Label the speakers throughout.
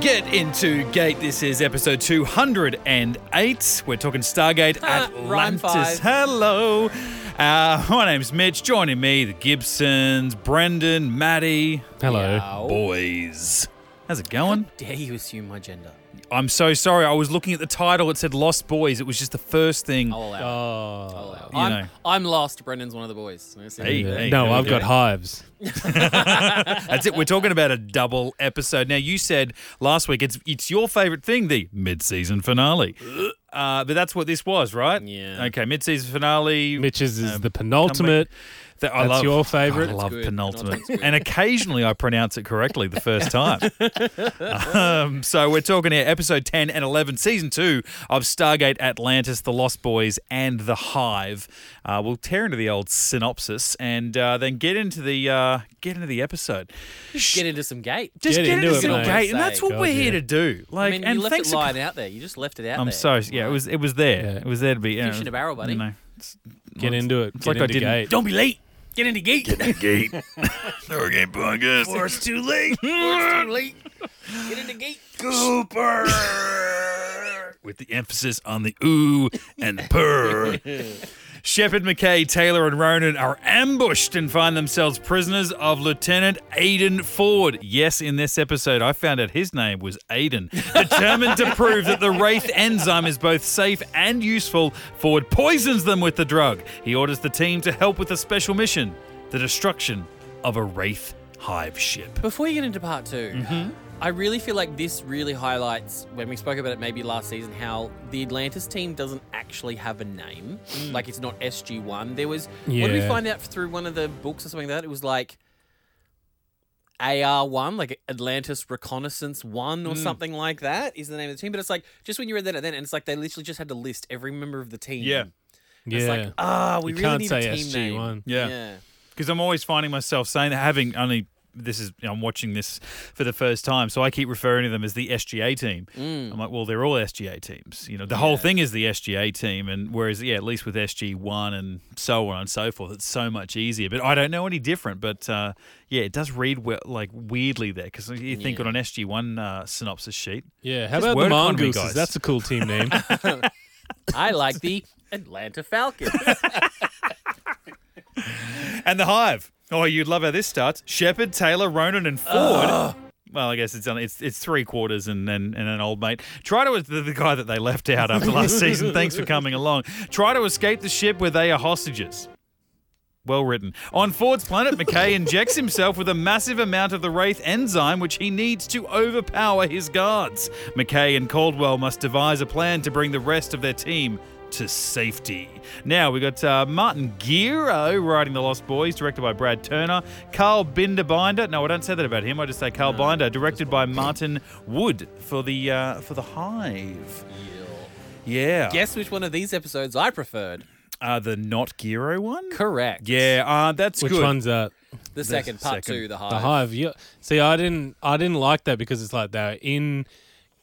Speaker 1: Get into Gate. This is episode 208. We're talking Stargate
Speaker 2: Ah, rhyme
Speaker 1: Atlantis.
Speaker 2: five.
Speaker 1: Hello. Uh, my name's Mitch. Joining me, the Gibsons, Brendan, Maddie,
Speaker 3: Hello.
Speaker 2: Oh.
Speaker 1: boys. How's it going?
Speaker 2: Dare you assume my gender?
Speaker 1: I'm so sorry. I was looking at the title. It said Lost Boys. It was just the first thing.
Speaker 2: I'll allow. it.
Speaker 3: Oh.
Speaker 2: I'll allow it.
Speaker 1: you
Speaker 2: I'm,
Speaker 1: know.
Speaker 2: I'm lost. Brendan's one of the boys.
Speaker 1: Hey, hey,
Speaker 3: no,
Speaker 1: how we
Speaker 3: I've
Speaker 1: doing?
Speaker 3: got hives.
Speaker 1: That's it. We're talking about a double episode. Now, you said last week it's it's your favorite thing, the mid-season finale. Uh, but that's what this was, right?
Speaker 2: Yeah.
Speaker 1: Okay, mid-season finale.
Speaker 3: Mitch's is
Speaker 1: Um,
Speaker 3: the penultimate.
Speaker 1: That I
Speaker 3: that's
Speaker 1: love.
Speaker 3: your favourite?
Speaker 1: I
Speaker 3: That's
Speaker 1: love
Speaker 2: good.
Speaker 1: penultimate,
Speaker 2: Penultimate's good.
Speaker 1: and occasionally I pronounce it correctly the first time. um, so we're talking here, episode ten and eleven, season two of Stargate Atlantis, The Lost Boys, and The Hive. Uh, we'll tear into the old synopsis and uh, then get into the uh, get into the episode.
Speaker 2: Get into some gate.
Speaker 1: Just
Speaker 3: Get
Speaker 1: get,
Speaker 3: into
Speaker 1: into
Speaker 3: it,
Speaker 1: some
Speaker 3: mate.
Speaker 1: gate, and that's what
Speaker 3: God,
Speaker 1: we're here to
Speaker 3: yeah.
Speaker 1: do.
Speaker 2: I
Speaker 1: Like,
Speaker 2: mean,
Speaker 1: and
Speaker 2: you left it
Speaker 1: thanks. for-
Speaker 2: lying out there. You just left it out
Speaker 1: I'm
Speaker 2: there.
Speaker 1: so yeah, it was it was there.
Speaker 3: Yeah.
Speaker 1: It was there to be
Speaker 2: Fish in a barrel, buddy.
Speaker 1: You know, it's-
Speaker 3: Get into it.
Speaker 1: it's
Speaker 3: Get
Speaker 1: like I
Speaker 3: into
Speaker 1: didn't.
Speaker 3: gate.
Speaker 1: Don't be late. Get into gate.
Speaker 4: gate. Stargate Podcast.
Speaker 1: Or it's too late.
Speaker 2: Get into gate.
Speaker 4: Cooper.
Speaker 1: With the emphasis on the ooh and the purr. Shepard McKay, Taylor, and Ronan are ambushed and find themselves prisoners of Lieutenant Aiden Ford. Yes, in this episode, I found out his name was Aiden. Determined to prove that the Wraith enzyme is both safe and useful, Ford poisons them with the drug. He orders the team to help with a special mission the destruction of a Wraith hive ship.
Speaker 2: Before you get into part 2
Speaker 3: Mm-hmm.
Speaker 2: I really feel like this really highlights when we spoke about it maybe last season how the Atlantis team doesn't actually have a name. Like it's not SG One. There was what did we
Speaker 3: Mm. Yeah.
Speaker 2: find out through one of the books or something like that? It was like AR One, like Atlantis Reconnaissance One or
Speaker 3: Mm.
Speaker 2: something like that is the name of the team. But it's like just when you read that at then, and it's like they literally just had to list every member of the team.
Speaker 1: Yeah.
Speaker 3: Yeah.
Speaker 2: It's
Speaker 1: uh,
Speaker 2: like ah, we
Speaker 3: you
Speaker 2: really
Speaker 3: can't
Speaker 2: need
Speaker 3: say
Speaker 2: a team name.
Speaker 3: SG1.
Speaker 1: Yeah. because I'm always finding myself saying that having only this is I'm watching this for the first time, so I keep referring to them as the SGA team. I'm like, well, they're all SGA teams. You know, the whole thing is the SGA team, and whereas yeah, at least with SG one and so on and so forth, it's so much easier. But I don't know any different. But uh, yeah, it does read we- like weirdly there because you think on an SG one uh, synopsis sheet,
Speaker 3: Yeah. How
Speaker 1: Just
Speaker 3: about
Speaker 1: word
Speaker 3: the
Speaker 1: economy,
Speaker 3: mongooses?
Speaker 1: guys.
Speaker 3: That's a cool team name.
Speaker 2: I like the Atlanta Falcons.
Speaker 1: and the Hive. Oh, you'd love how this starts. Shepard, Taylor, Ronan, and Ford. Well, I guess it's only, it's it's three quarters and then and an old mate. Try to the, the guy that they left out after last season. Thanks for coming along. Try to escape the ship where they are hostages. Well written. On Ford's planet, McKay injects himself with a massive amount of the Wraith enzyme, which he needs to overpower his guards. McKay and Caldwell must devise a plan to bring the rest of their team to safety. Now we got uh, Martin Giro writing The Lost Boys, directed by Brad Turner. Carl Binderbinder. No, I don't say that about him. I just say Carl Binder, directed by Martin Wood for the uh, for the Hive. Yeah.
Speaker 2: Guess which one of these episodes I preferred?
Speaker 1: Uh, the not Giro one.
Speaker 2: Correct.
Speaker 1: Yeah. Uh, that's
Speaker 3: Which
Speaker 1: good.
Speaker 3: one's that?
Speaker 2: The second part
Speaker 1: second.
Speaker 2: two, the hive.
Speaker 3: The hive. Yeah. See, I didn't. I didn't like that because it's like they were in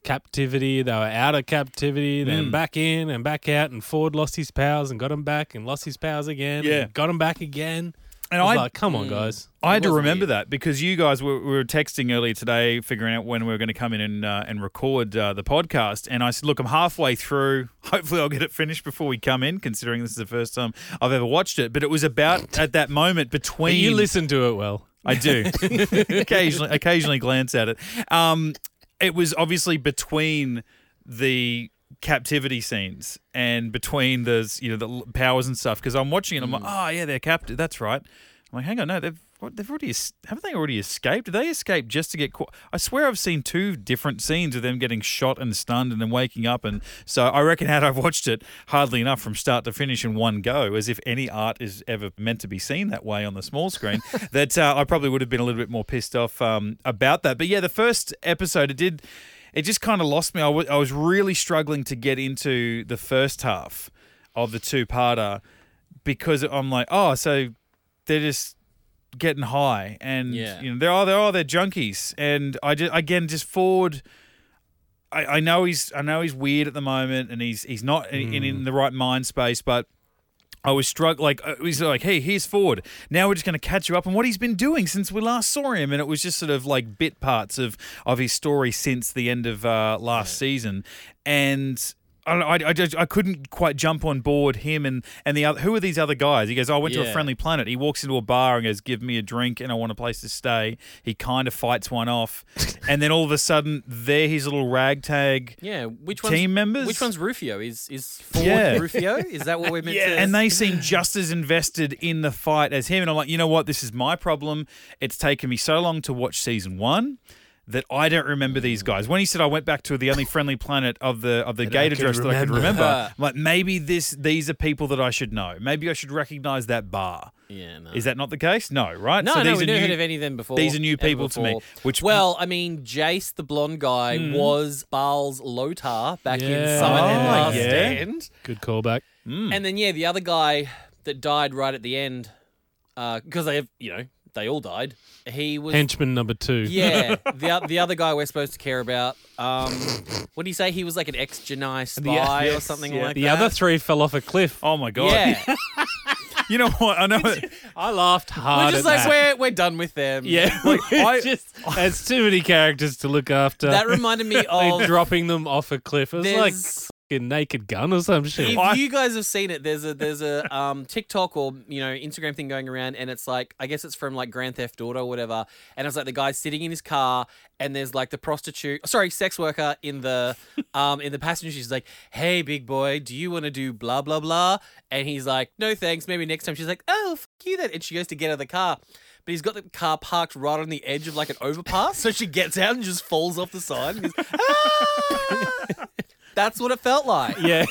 Speaker 3: captivity, they were out of captivity,
Speaker 1: Hmm.
Speaker 3: then back in and back out, and Ford lost his powers and got him back and lost his powers again.
Speaker 1: Yeah.
Speaker 3: And got him back again.
Speaker 1: And
Speaker 3: I was
Speaker 1: I- Hmm.
Speaker 3: like, come on, guys.
Speaker 1: I had to
Speaker 2: was
Speaker 1: remember
Speaker 2: weird.
Speaker 1: that because you guys were, we were texting earlier today, figuring out when we were going to come in and uh, and record uh, the podcast. And I said, "Look, I'm halfway through. Hopefully, I'll get it finished before we come in, considering this is the first time I've ever watched it." But it was about at that moment
Speaker 3: But
Speaker 1: between
Speaker 3: you listen to it well.
Speaker 1: I do occasionally occasionally glance at it. Um, it was obviously between the captivity scenes and between the you know the l- powers and stuff because I'm watching it. I'm like, oh yeah, they're captive. That's right. I'm like, hang on, no, they've what, they've already es- haven't they already escaped? Did they escape just to get caught? I swear I've seen two different scenes of them getting shot and stunned and then waking up. And so I reckon had I watched it hardly enough from start to finish in one go, as if any art is ever meant to be seen that way on the small screen, that uh, I probably would have been a little bit more pissed off um, about that. But yeah, the first episode it did it just kind of lost me. I wa- I was really struggling to get into the first half of the two parter because I'm like, oh, so they're just getting high and
Speaker 2: Yeah.
Speaker 1: you know they're all they're all they're junkies and I just again just Ford. I, I know he's I know he's weird at the moment and he's he's not in, in the right mind space, but I was struck like uh, he's like, hey, here's Ford. Now we're just going to catch you up on what he's been doing since we last saw him, and it was just sort of like bit parts of of his story since the end of uh, last season, and. I, don't know, I, I, just- I couldn't quite jump on board him and, and the other. Who are these other guys? He goes, "Oh, I went to a
Speaker 2: Yeah.
Speaker 1: friendly planet. He walks into a bar and goes, Give me a drink and I want a place to stay. He kind of fights one off. and then all of a sudden, they're his little ragtag.
Speaker 2: Yeah, which one's,
Speaker 1: Team members?
Speaker 2: Which one's Rufio? Is is Ford
Speaker 1: Yeah.
Speaker 2: Rufio? Is that what we're meant to?
Speaker 1: And they seem just as invested in the fight as him. And I'm like, you know what? This is my problem. It's taken me so long to watch season one that I don't remember these guys. When he said I went back to the only friendly planet of the of the
Speaker 3: I
Speaker 1: gate
Speaker 3: could
Speaker 1: address that I could
Speaker 3: remember.
Speaker 1: remember, I'm like maybe this these are people that I should know. Maybe I should recognize that bar.
Speaker 2: yeah, no.
Speaker 1: Is that not the case? No, right?
Speaker 2: No,
Speaker 1: So
Speaker 2: no,
Speaker 1: these
Speaker 2: we
Speaker 1: are
Speaker 2: never
Speaker 1: new-
Speaker 2: heard of any of them before.
Speaker 1: these are new
Speaker 2: ever
Speaker 1: people to me,
Speaker 2: before.
Speaker 1: which- Mm-hmm.
Speaker 2: well, I mean, Jace, the blonde guy, was Baal's Lotar back in
Speaker 3: Yeah.
Speaker 2: Summer and
Speaker 3: Oh,
Speaker 2: Last
Speaker 1: yeah.
Speaker 2: Stand,
Speaker 3: Good callback.
Speaker 2: and then yeah, the other guy that died right at the end, because they have, you know, they all died. He was
Speaker 3: Henchman number two.
Speaker 2: yeah, the o- the other guy we're supposed to care about. Um, what do you say? He was like an ex Janai spy or
Speaker 1: yes,
Speaker 2: something
Speaker 1: yeah.
Speaker 2: like
Speaker 3: The
Speaker 2: that.
Speaker 3: other three fell off a cliff.
Speaker 1: Oh my god!
Speaker 2: yeah,
Speaker 1: You know what? I know.
Speaker 3: I laughed hard.
Speaker 2: we're just
Speaker 3: at
Speaker 2: like
Speaker 3: that.
Speaker 2: we're we're done with them.
Speaker 3: Yeah,
Speaker 1: I-
Speaker 3: I, just there's too many characters to look after.
Speaker 2: that reminded me
Speaker 3: They're
Speaker 2: of.
Speaker 3: dropping them off a cliff. It was like
Speaker 2: there's-
Speaker 3: fucking Naked Gun or some shit.
Speaker 2: If
Speaker 1: I-
Speaker 2: you guys have seen it, there's a there's a um, TikTok or you know Instagram thing going around, and it's like I guess it's from like Grand Theft Auto or whatever, and it's like the guy sitting in his car, and there's like the prostitute, sorry, sex worker in the um in the passenger. She's like, "Hey, big boy, do you want to do blah blah blah?" And he's like, "No, thanks. Maybe next time." She's like, "Oh, f- you then," and she goes to get out of the car. But he's got the car parked right on the edge of like an overpass, so she gets out and just falls off the side. And goes, "Ah!" That's what it felt like.
Speaker 3: Yeah,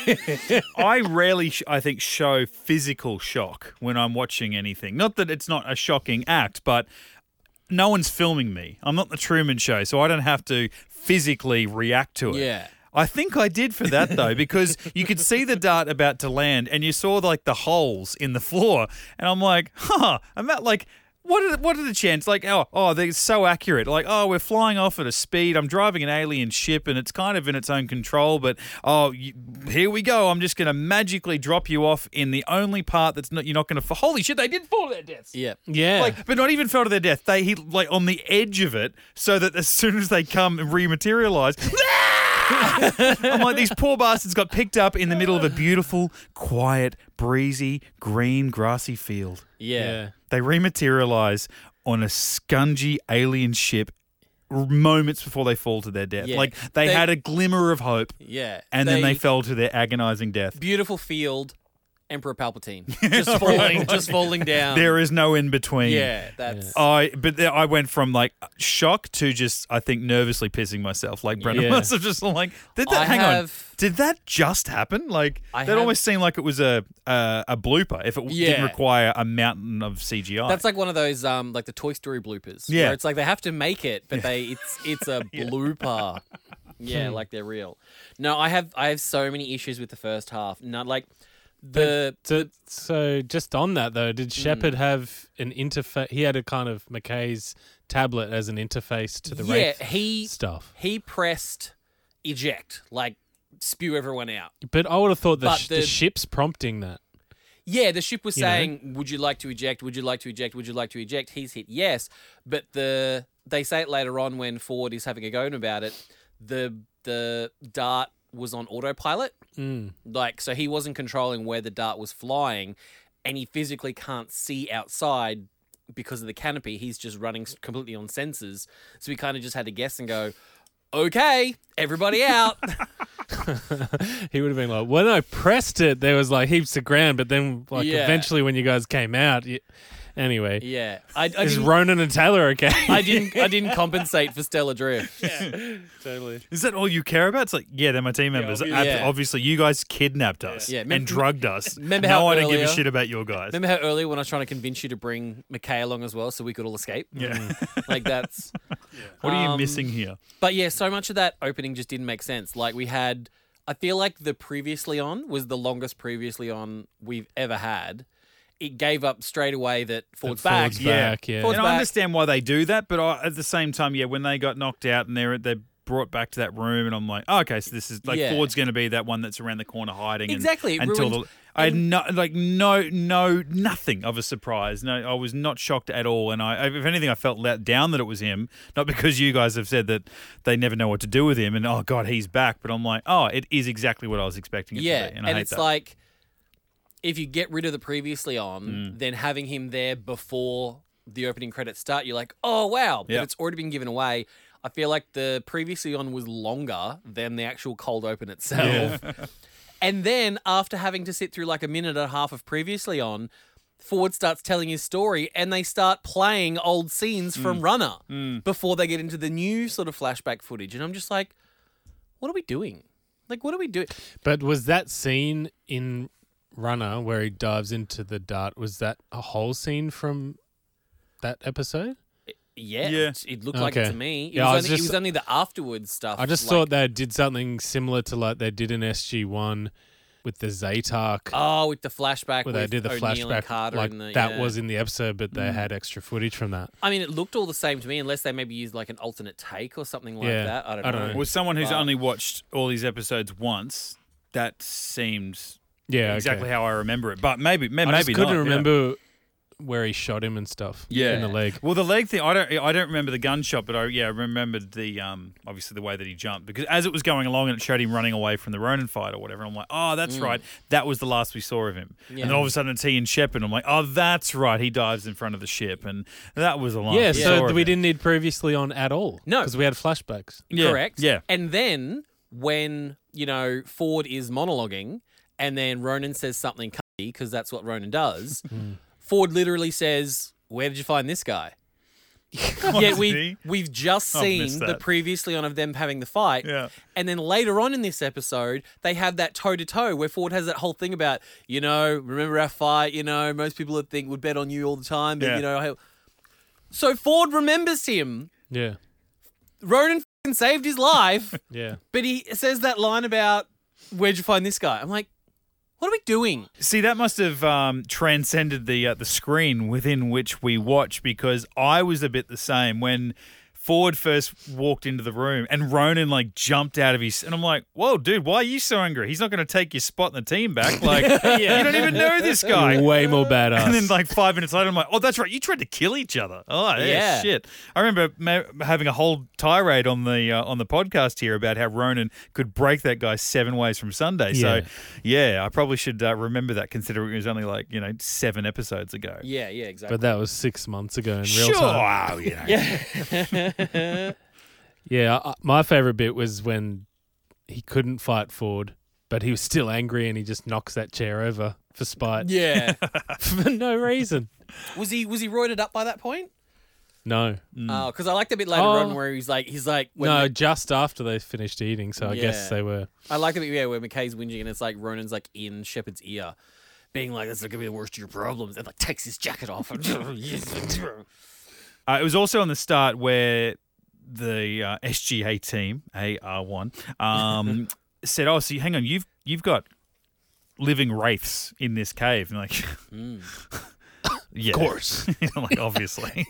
Speaker 1: I rarely, sh- I think, show physical shock when I'm watching anything. Not that it's not a shocking act, but no one's filming me. I'm not the Truman Show, so I don't have to physically react to it.
Speaker 2: Yeah.
Speaker 1: I think I did for that though, because you could see the dart about to land, and you saw like the holes in the floor, and I'm like, huh, I'm at like. What are, the, what are the chances? Like, oh, oh, they're so accurate. Like, oh, we're flying off at a speed. I'm driving an alien ship and it's kind of in its own control, but oh, you, here we go. I'm just going to magically drop you off in the only part that's not, you're not going to, holy shit, they did fall to their deaths.
Speaker 2: Yeah.
Speaker 3: yeah.
Speaker 1: Like, but not even fell to their death. They he like on the edge of it, so that as soon as they come and rematerialize, Ah! I'm like these poor bastards got picked up in the middle of a beautiful, quiet, breezy, green, grassy field.
Speaker 2: Yeah.
Speaker 3: yeah.
Speaker 1: They rematerialize on a scungy alien ship moments before they fall to their death.
Speaker 2: Yeah.
Speaker 1: Like they,
Speaker 2: They-
Speaker 1: had a glimmer of hope,
Speaker 2: Yeah.
Speaker 1: and then they fell to their agonizing death.
Speaker 2: beautiful field, Emperor Palpatine. Just falling just falling down.
Speaker 1: There is no in between.
Speaker 2: yeah, that's
Speaker 1: I but then I went from like shock to just I think nervously pissing myself. Like Brendan
Speaker 3: Yeah.
Speaker 1: must have just like did that.
Speaker 2: I
Speaker 1: hang
Speaker 2: have-
Speaker 1: on, did that just happen? Like
Speaker 2: I
Speaker 1: that
Speaker 2: have-
Speaker 1: almost seemed like it was a a, a blooper. If it w-
Speaker 2: Yeah.
Speaker 1: didn't require a mountain of CGI,
Speaker 2: that's like one of those um like the Toy Story bloopers.
Speaker 1: Oh, Yeah.
Speaker 2: Where it's like they have to make it, but they it's it's a blooper. yeah,
Speaker 1: Hmm.
Speaker 2: like they're real. No, I have I have so many issues with the first half. Not like the
Speaker 3: So, so just on that though, did
Speaker 2: Hmm.
Speaker 3: Shepard have an interface? He had a kind of McKay's tablet as an interface to the
Speaker 2: Yeah,
Speaker 3: Wraith
Speaker 2: he
Speaker 3: stuff.
Speaker 2: he pressed eject, like spew everyone out.
Speaker 3: But I would have thought the,
Speaker 2: But
Speaker 3: sh- the,
Speaker 2: the-
Speaker 3: ship's prompting that.
Speaker 2: Yeah, the ship was
Speaker 3: You know?
Speaker 2: saying, "Would you like to eject? Would you like to eject? Would you like to eject?" He's hit yes, but the they say it later on when Ford is having a go about it. The the dart was on autopilot,
Speaker 3: Mm.
Speaker 2: like so he wasn't controlling where the dart was flying, and he physically can't see outside because of the canopy. He's just running s- completely on sensors, so he kind of just had to guess and go, "Okay, everybody out."
Speaker 3: he would have been like, when I pressed it, there was like heaps of ground, but then like
Speaker 2: Yeah.
Speaker 3: eventually when you guys came out, you- anyway,
Speaker 2: yeah, I, I
Speaker 3: is
Speaker 2: didn't.
Speaker 3: Ronan and Taylor okay?
Speaker 2: I didn't. I didn't compensate for Stellar Drift.
Speaker 3: totally.
Speaker 1: is that all you care about? It's like yeah, they're my team members. Ab-
Speaker 2: obviously.
Speaker 1: obviously.
Speaker 2: Yeah.
Speaker 1: you guys kidnapped us
Speaker 2: Yeah,
Speaker 1: and
Speaker 2: remember-
Speaker 1: drugged us.
Speaker 2: remember
Speaker 1: no,
Speaker 2: how
Speaker 1: I don't give a
Speaker 2: earlier-
Speaker 1: shit about your guys.
Speaker 2: Remember how earlier when I was trying to convince you to bring McKay along as well, so we could all escape?
Speaker 1: yeah.
Speaker 2: Like that's.
Speaker 1: what are you
Speaker 2: Um,
Speaker 1: missing here?
Speaker 2: But yeah, so much of that opening just didn't make sense. Like we had, I feel like the previously on was the longest previously on we've ever had. It gave up straight away that Ford's back.
Speaker 3: Ford's
Speaker 1: Yeah.
Speaker 3: back, yeah.
Speaker 2: Ford's-
Speaker 1: and I
Speaker 2: back.
Speaker 1: understand why they do that, but I, at the same time, yeah, when they got knocked out and they're they're brought back to that room, and I'm like, oh, okay, so this is like
Speaker 2: Yeah.
Speaker 1: Ford's going to be that one that's around the corner hiding and-
Speaker 2: Exactly, it
Speaker 1: until
Speaker 2: ruined-
Speaker 1: the. I had no, like no, no, nothing of a surprise. No, I was not shocked at all, and I, if anything, I felt let down that it was him. Not because you guys have said that they never know what to do with him, and oh god, he's back. But I'm like, oh, it is exactly what I was expecting. It
Speaker 2: yeah,
Speaker 1: to be, and, I
Speaker 2: and,
Speaker 1: hate
Speaker 2: it's
Speaker 1: that.
Speaker 2: like if you get rid of the previously on,
Speaker 1: Mm.
Speaker 2: then having him there before the opening credits start, you're like, oh wow, but
Speaker 1: Yeah.
Speaker 2: it's already been given away. I feel like the previously on was longer than the actual cold open itself. and then after having to sit through like a minute and a half of previously on, Ford starts telling his story and they start playing old scenes from
Speaker 1: Mm.
Speaker 2: Runner before they get into the new sort of flashback footage. And I'm just like, what are we doing? Like, what are we doing?
Speaker 3: But was that scene in Runner where he dives into the dart? Was that a whole scene from that episode?
Speaker 2: Yeah,
Speaker 1: Yeah.
Speaker 2: It, it looked like it
Speaker 3: Okay.
Speaker 2: to me. It,
Speaker 3: Yeah, I
Speaker 2: was
Speaker 3: was
Speaker 2: only, it
Speaker 3: just-
Speaker 2: was only the afterwards stuff.
Speaker 3: I just
Speaker 2: like-
Speaker 3: thought they did something similar to like they did in SG One with the Zaytark.
Speaker 2: oh, with the flashback
Speaker 3: where
Speaker 2: with
Speaker 3: they did the
Speaker 2: O'Neill and
Speaker 3: flashback,
Speaker 2: Carter
Speaker 3: like
Speaker 2: and the,
Speaker 3: that
Speaker 2: yeah. Mm.
Speaker 3: was in the episode, but they had extra footage from that.
Speaker 2: I mean, it looked all the same to me, unless they maybe used like an alternate take or something like
Speaker 3: Yeah,
Speaker 2: that. I don't,
Speaker 3: I don't
Speaker 2: know.
Speaker 3: know.
Speaker 1: Well, someone who's
Speaker 2: But-
Speaker 1: only watched all these episodes once, that seems
Speaker 3: Yeah,
Speaker 1: exactly
Speaker 3: okay.
Speaker 1: how I remember it. But maybe, may-
Speaker 3: I
Speaker 1: maybe
Speaker 3: just couldn't
Speaker 1: not, yeah.
Speaker 3: remember where he shot him and stuff.
Speaker 1: Yeah.
Speaker 3: in the leg.
Speaker 1: Well, the leg thing, I don't, I don't remember the gunshot, but I, yeah, I remembered the, um, obviously the way that he jumped because as it was going along and it showed him running away from the Ronin fight or whatever, and I'm like, oh, that's
Speaker 3: Mm.
Speaker 1: right, that was the last we saw of him, and then all of a sudden it's he and Shep, and I'm like, oh, that's right, he dives in front of the ship, and that was the last.
Speaker 3: Yeah,
Speaker 1: we
Speaker 3: so
Speaker 1: saw of
Speaker 3: we
Speaker 1: him.
Speaker 3: didn't need previously on at all.
Speaker 2: No.
Speaker 3: because we had flashbacks.
Speaker 1: Yeah,
Speaker 2: Correct.
Speaker 1: Yeah,
Speaker 2: And then when you know Ford is monologuing, and then Ronan says something because that's what Ronan does.
Speaker 3: Hmm.
Speaker 2: Ford literally says, "Where did you find this guy?" yeah, we
Speaker 1: he?
Speaker 2: we've just
Speaker 1: I've
Speaker 2: seen
Speaker 1: missed
Speaker 2: the
Speaker 1: that.
Speaker 2: previously on of them having the fight,
Speaker 1: Yeah.
Speaker 2: and then later on in this episode they have that toe to toe where Ford has that whole thing about you know remember our fight, you know most people would think would bet on you all the time, but
Speaker 1: Yeah.
Speaker 2: you know I- so Ford remembers him.
Speaker 3: Yeah,
Speaker 2: Ronan f***ing saved his life.
Speaker 3: yeah.
Speaker 2: But he says that line about where'd you find this guy? I'm like, what are we doing?
Speaker 1: See, that must have um, transcended the uh, the screen within which we watch because I was a bit the same when Ford first walked into the room and Ronan like jumped out of his and I'm like, "Whoa, dude, why are you so angry? He's not going to take your spot in the team back. Like, you don't even know this guy."
Speaker 3: Way more badass.
Speaker 1: And then, like five minutes later, I'm like, "Oh, that's right. You tried to kill each other. Oh, yeah,
Speaker 2: Yeah.
Speaker 1: shit." I remember ma- having a whole tirade on the uh, on the podcast here about how Ronan could break that guy seven ways from Sunday.
Speaker 3: Yeah.
Speaker 1: So, yeah, I probably should uh, remember that, considering it was only like you know seven episodes ago.
Speaker 2: Yeah, yeah, exactly.
Speaker 3: but that was six months ago in real
Speaker 1: Sure,
Speaker 3: time.
Speaker 1: oh, you know.
Speaker 3: Yeah, I, my favorite bit was when he couldn't fight Ford, but he was still angry and he just knocks that chair over for spite
Speaker 2: yeah.
Speaker 3: for no reason.
Speaker 2: was he was he roided up by that point?
Speaker 3: No,
Speaker 1: Mm.
Speaker 2: because I like the bit later
Speaker 3: Oh.
Speaker 2: on where he's like he's like when
Speaker 3: no, just after they finished eating, so I
Speaker 2: Yeah.
Speaker 3: guess they were.
Speaker 2: I like the bit yeah where McKay's whinging and it's like Ronan's like in Shepard's ear, being like that's not gonna be the worst of your problems and like takes his jacket off.
Speaker 1: Uh, it was also on the start where the uh, SGA team AR1 um, said, "Oh, so you- hang on, you've you've got living wraiths in this cave." And like, yeah, Mm. of course, like obviously,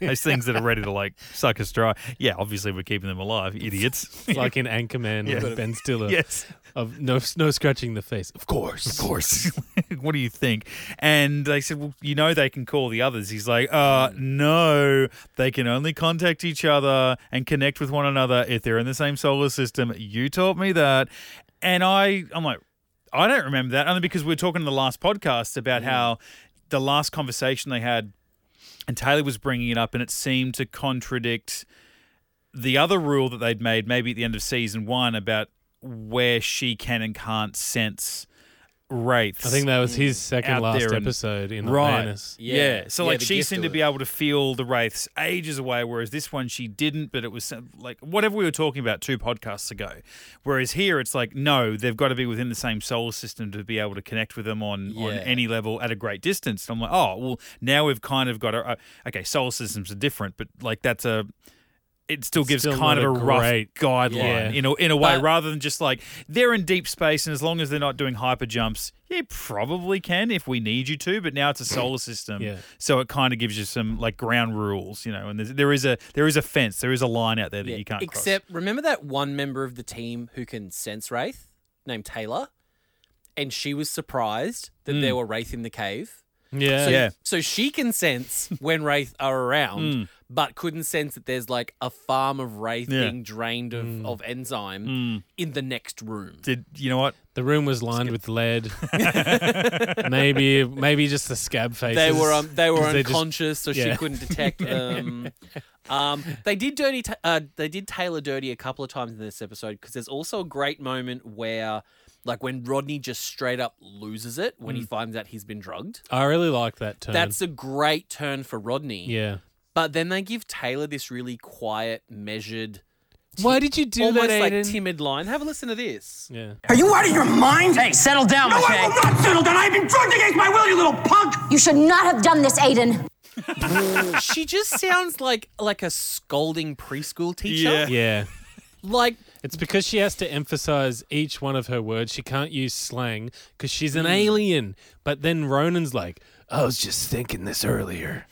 Speaker 1: those things that are ready to like suck us dry. Yeah, obviously, we're keeping them alive, idiots.
Speaker 3: It's like in Anchorman
Speaker 1: Yeah.
Speaker 3: with Ben Stiller.
Speaker 1: yes,
Speaker 3: Of no, no scratching the face. Of course,
Speaker 1: of course. what do you think? And they said, well, you know, they can call the others. He's like, uh, no, they can only contact each other and connect with one another if they're in the same solar system. You taught me that. And I, I'm like, I don't remember that only because we were talking in the last podcast about
Speaker 3: Mm.
Speaker 1: how the last conversation they had and Taylor was bringing it up, and it seemed to contradict the other rule that they'd made maybe at the end of season one about where she can and can't sense wraiths.
Speaker 3: I think that was his second
Speaker 1: Out
Speaker 3: last
Speaker 1: there and-
Speaker 3: episode in
Speaker 1: Right.
Speaker 3: Atlantis.
Speaker 1: yeah. So
Speaker 2: Yeah,
Speaker 1: like
Speaker 2: the
Speaker 1: she
Speaker 2: gift
Speaker 1: seemed
Speaker 2: of
Speaker 1: to
Speaker 2: it.
Speaker 1: be able to feel the wraiths ages away, whereas this one she didn't. But it was some- like whatever we were talking about two podcasts ago. Whereas here it's like no, they've got to be within the same solar system to be able to connect with them on on
Speaker 2: Yeah.
Speaker 1: any level at a great distance. And I'm like, oh well, now we've kind of got a, okay. Solar systems are different, but like that's a it still gives
Speaker 3: Still
Speaker 1: kind of
Speaker 3: not
Speaker 1: a,
Speaker 3: a
Speaker 1: rough
Speaker 3: great-
Speaker 1: guideline
Speaker 3: Yeah.
Speaker 1: in a, in a way,
Speaker 2: But-
Speaker 1: rather than just like they're in deep space, and as long as they're not doing hyper jumps, you probably can if we need you to. But now it's a solar system,
Speaker 3: Yeah.
Speaker 1: so it kind of gives you some like ground rules, you know. And there's, there is a there is a fence, there is a line out there that you can't cross.
Speaker 2: Except, remember that one member of the team who can sense Wraith, named Taylor, and she was surprised that there were Wraith in the cave.
Speaker 3: Yeah.
Speaker 2: So,
Speaker 1: Hmm. Yeah. Hmm.
Speaker 2: so she can sense when Wraith are around, but couldn't sense that there's like a farm of Wraith
Speaker 1: Yeah. Hmm.
Speaker 2: being drained of, of enzyme in the next room.
Speaker 1: Did you know what?
Speaker 3: The room was lined with lead. maybe, maybe just the scab faces.
Speaker 2: They were um, they were
Speaker 3: 'Cause they just-
Speaker 2: unconscious, so
Speaker 3: yeah.
Speaker 2: she couldn't detect them. um, they did dirty. Ta- uh, they did Taylor dirty a couple of times in this episode because there's also a great moment where, like, when Rodney just straight up loses it when he
Speaker 3: Mm.
Speaker 2: finds out he's been drugged.
Speaker 3: I really like that turn.
Speaker 2: That's a great turn for Rodney.
Speaker 3: yeah.
Speaker 2: But then they give Taylor this really quiet, measured,
Speaker 3: Why did you do
Speaker 2: almost
Speaker 3: that,
Speaker 2: like
Speaker 3: Aiden?
Speaker 2: timid line. Have a listen to this.
Speaker 3: yeah.
Speaker 5: Are you out of your mind? Hey, settle down,
Speaker 6: No, I will not settle down. I've been drugged against my will, you little punk.
Speaker 7: You should not have done this, Aiden.
Speaker 2: she just sounds like like a scolding preschool teacher.
Speaker 1: Yeah.
Speaker 3: Yeah.
Speaker 2: Like
Speaker 3: It's because she has to emphasize each one of her words. She can't use slang because she's an
Speaker 2: Mm.
Speaker 3: alien. But then Ronan's like, I was just thinking this earlier.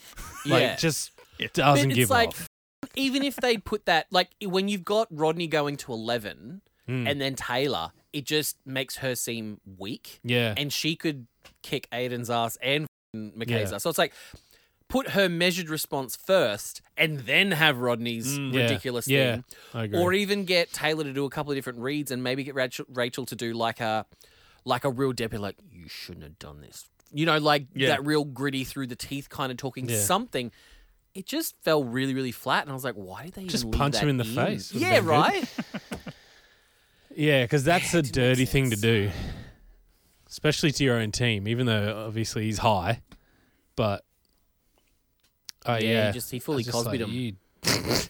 Speaker 3: Like,
Speaker 2: yeah.
Speaker 3: just doesn't
Speaker 2: But it's
Speaker 3: give
Speaker 2: like,
Speaker 3: off.
Speaker 2: even if they put that, like when you've got Rodney going to 11
Speaker 3: Hmm.
Speaker 2: and then Taylor, it just makes her seem weak.
Speaker 3: Yeah.
Speaker 2: And she could kick Aiden's ass and f***ing McKay's
Speaker 3: Yeah.
Speaker 2: ass. So it's like, put her measured response first and then have Rodney's
Speaker 3: Hmm, Yeah.
Speaker 2: ridiculous
Speaker 3: Yeah.
Speaker 2: thing.
Speaker 3: I agree.
Speaker 2: Or even get Taylor to do a couple of different reads and maybe get Rachel, Rachel to do like a like a real deputy, like, you shouldn't have done this. You know, like
Speaker 1: Yeah.
Speaker 2: that real gritty through the teeth kind of talking
Speaker 3: Yeah.
Speaker 2: something it just fell really, really flat, and I was like, "Why did they
Speaker 3: Just
Speaker 2: even leave
Speaker 3: punch him
Speaker 2: that
Speaker 3: in the face. Would've
Speaker 2: Yeah,
Speaker 3: been good.
Speaker 2: right.
Speaker 3: Yeah, because that's a dirty thing to do, especially to your own team. Even though obviously he's high, but oh yeah,
Speaker 2: he just- he fully
Speaker 3: I was just
Speaker 2: Cosby'd him.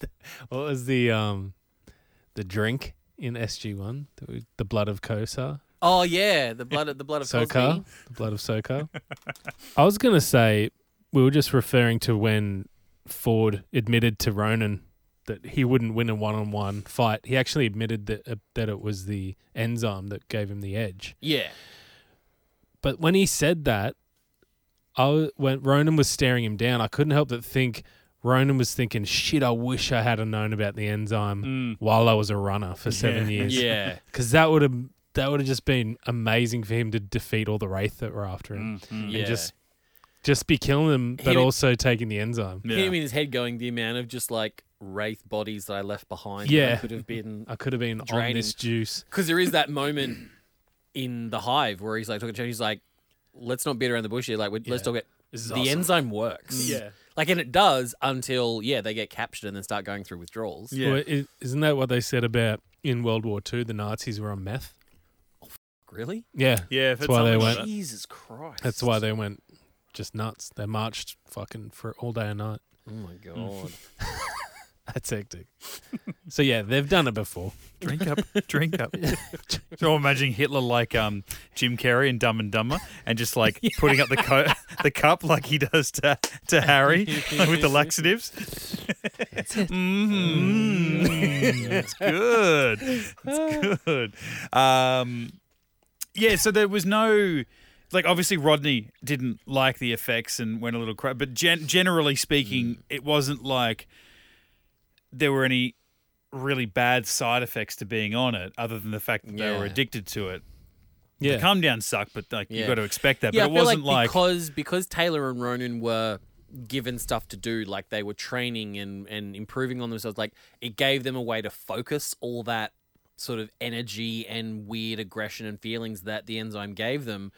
Speaker 3: you- what was the um the drink in SG One? The blood of Kosar,
Speaker 2: oh yeah, the blood, of, the blood of
Speaker 3: Sokar,
Speaker 2: Cosby.
Speaker 3: the blood of Sokar. I was gonna say we were just referring to when Ford admitted to Ronan that he wouldn't win a one-on-one fight. He actually admitted that uh, that it was the enzyme that gave him the edge.
Speaker 2: Yeah,
Speaker 3: But when he said that, I w- when Ronan was staring him down, I couldn't help but think Ronan was thinking, "Shit, I wish I had have known about the enzyme while I was a runner for seven years."
Speaker 2: Mm. yeah.
Speaker 3: because that would have that would have just been amazing for him to defeat all the wraith that were after him
Speaker 1: Mm-hmm.
Speaker 3: and
Speaker 2: Yeah.
Speaker 3: just just be killing them, but
Speaker 2: Hit it-
Speaker 3: also taking the enzyme.
Speaker 2: Hit him in his head, going the amount of just like wraith bodies that I left behind. that
Speaker 3: Yeah.
Speaker 2: could have been
Speaker 3: I could have been on
Speaker 2: Draining.
Speaker 3: this juice.
Speaker 2: because there is that moment in the hive where he's like talking to him. He's like, "Let's not beat around the bush here. Like, we let's talk it.
Speaker 3: This is
Speaker 2: the
Speaker 3: awesome. Mm.
Speaker 2: enzyme works.
Speaker 3: Yeah.
Speaker 2: like and it does until yeah they get captured and then start going through withdrawals.
Speaker 1: Yeah.
Speaker 3: Well, i- isn't that what they said about in World War II? The Nazis were on meth.
Speaker 2: Really?
Speaker 3: Yeah,
Speaker 1: Yeah,
Speaker 3: That's why they went-
Speaker 1: Like that.
Speaker 2: Jesus Christ.
Speaker 3: That's why they went just nuts. They marched fucking for all day and night.
Speaker 2: Oh my god.
Speaker 3: That's hectic. so yeah, they've done it before.
Speaker 1: Drink up, drink up. so I'm imagining Hitler like um, Jim Carrey in Dumb and Dumber, and just like putting up the co- the cup like he does to to Harry like, with the laxatives. Mm, That's good. That's good. Um, yeah, so there was no like obviously Rodney didn't like the effects and went a little crazy, but gen- generally speaking,
Speaker 2: Mm.
Speaker 1: it wasn't like there were any really bad side effects to being on it, other than the fact that they were
Speaker 2: Yeah.
Speaker 1: addicted to it.
Speaker 3: Yeah,
Speaker 1: The come down sucked, but like you
Speaker 2: Yeah.
Speaker 1: got to expect that.
Speaker 2: yeah, I
Speaker 1: but it
Speaker 2: feel
Speaker 1: wasn't like,
Speaker 2: because because Taylor and Ronan were given stuff to do, like they were training and and improving on themselves. Like it gave them a way to focus all that sort of energy and weird aggression and feelings that the enzyme gave them.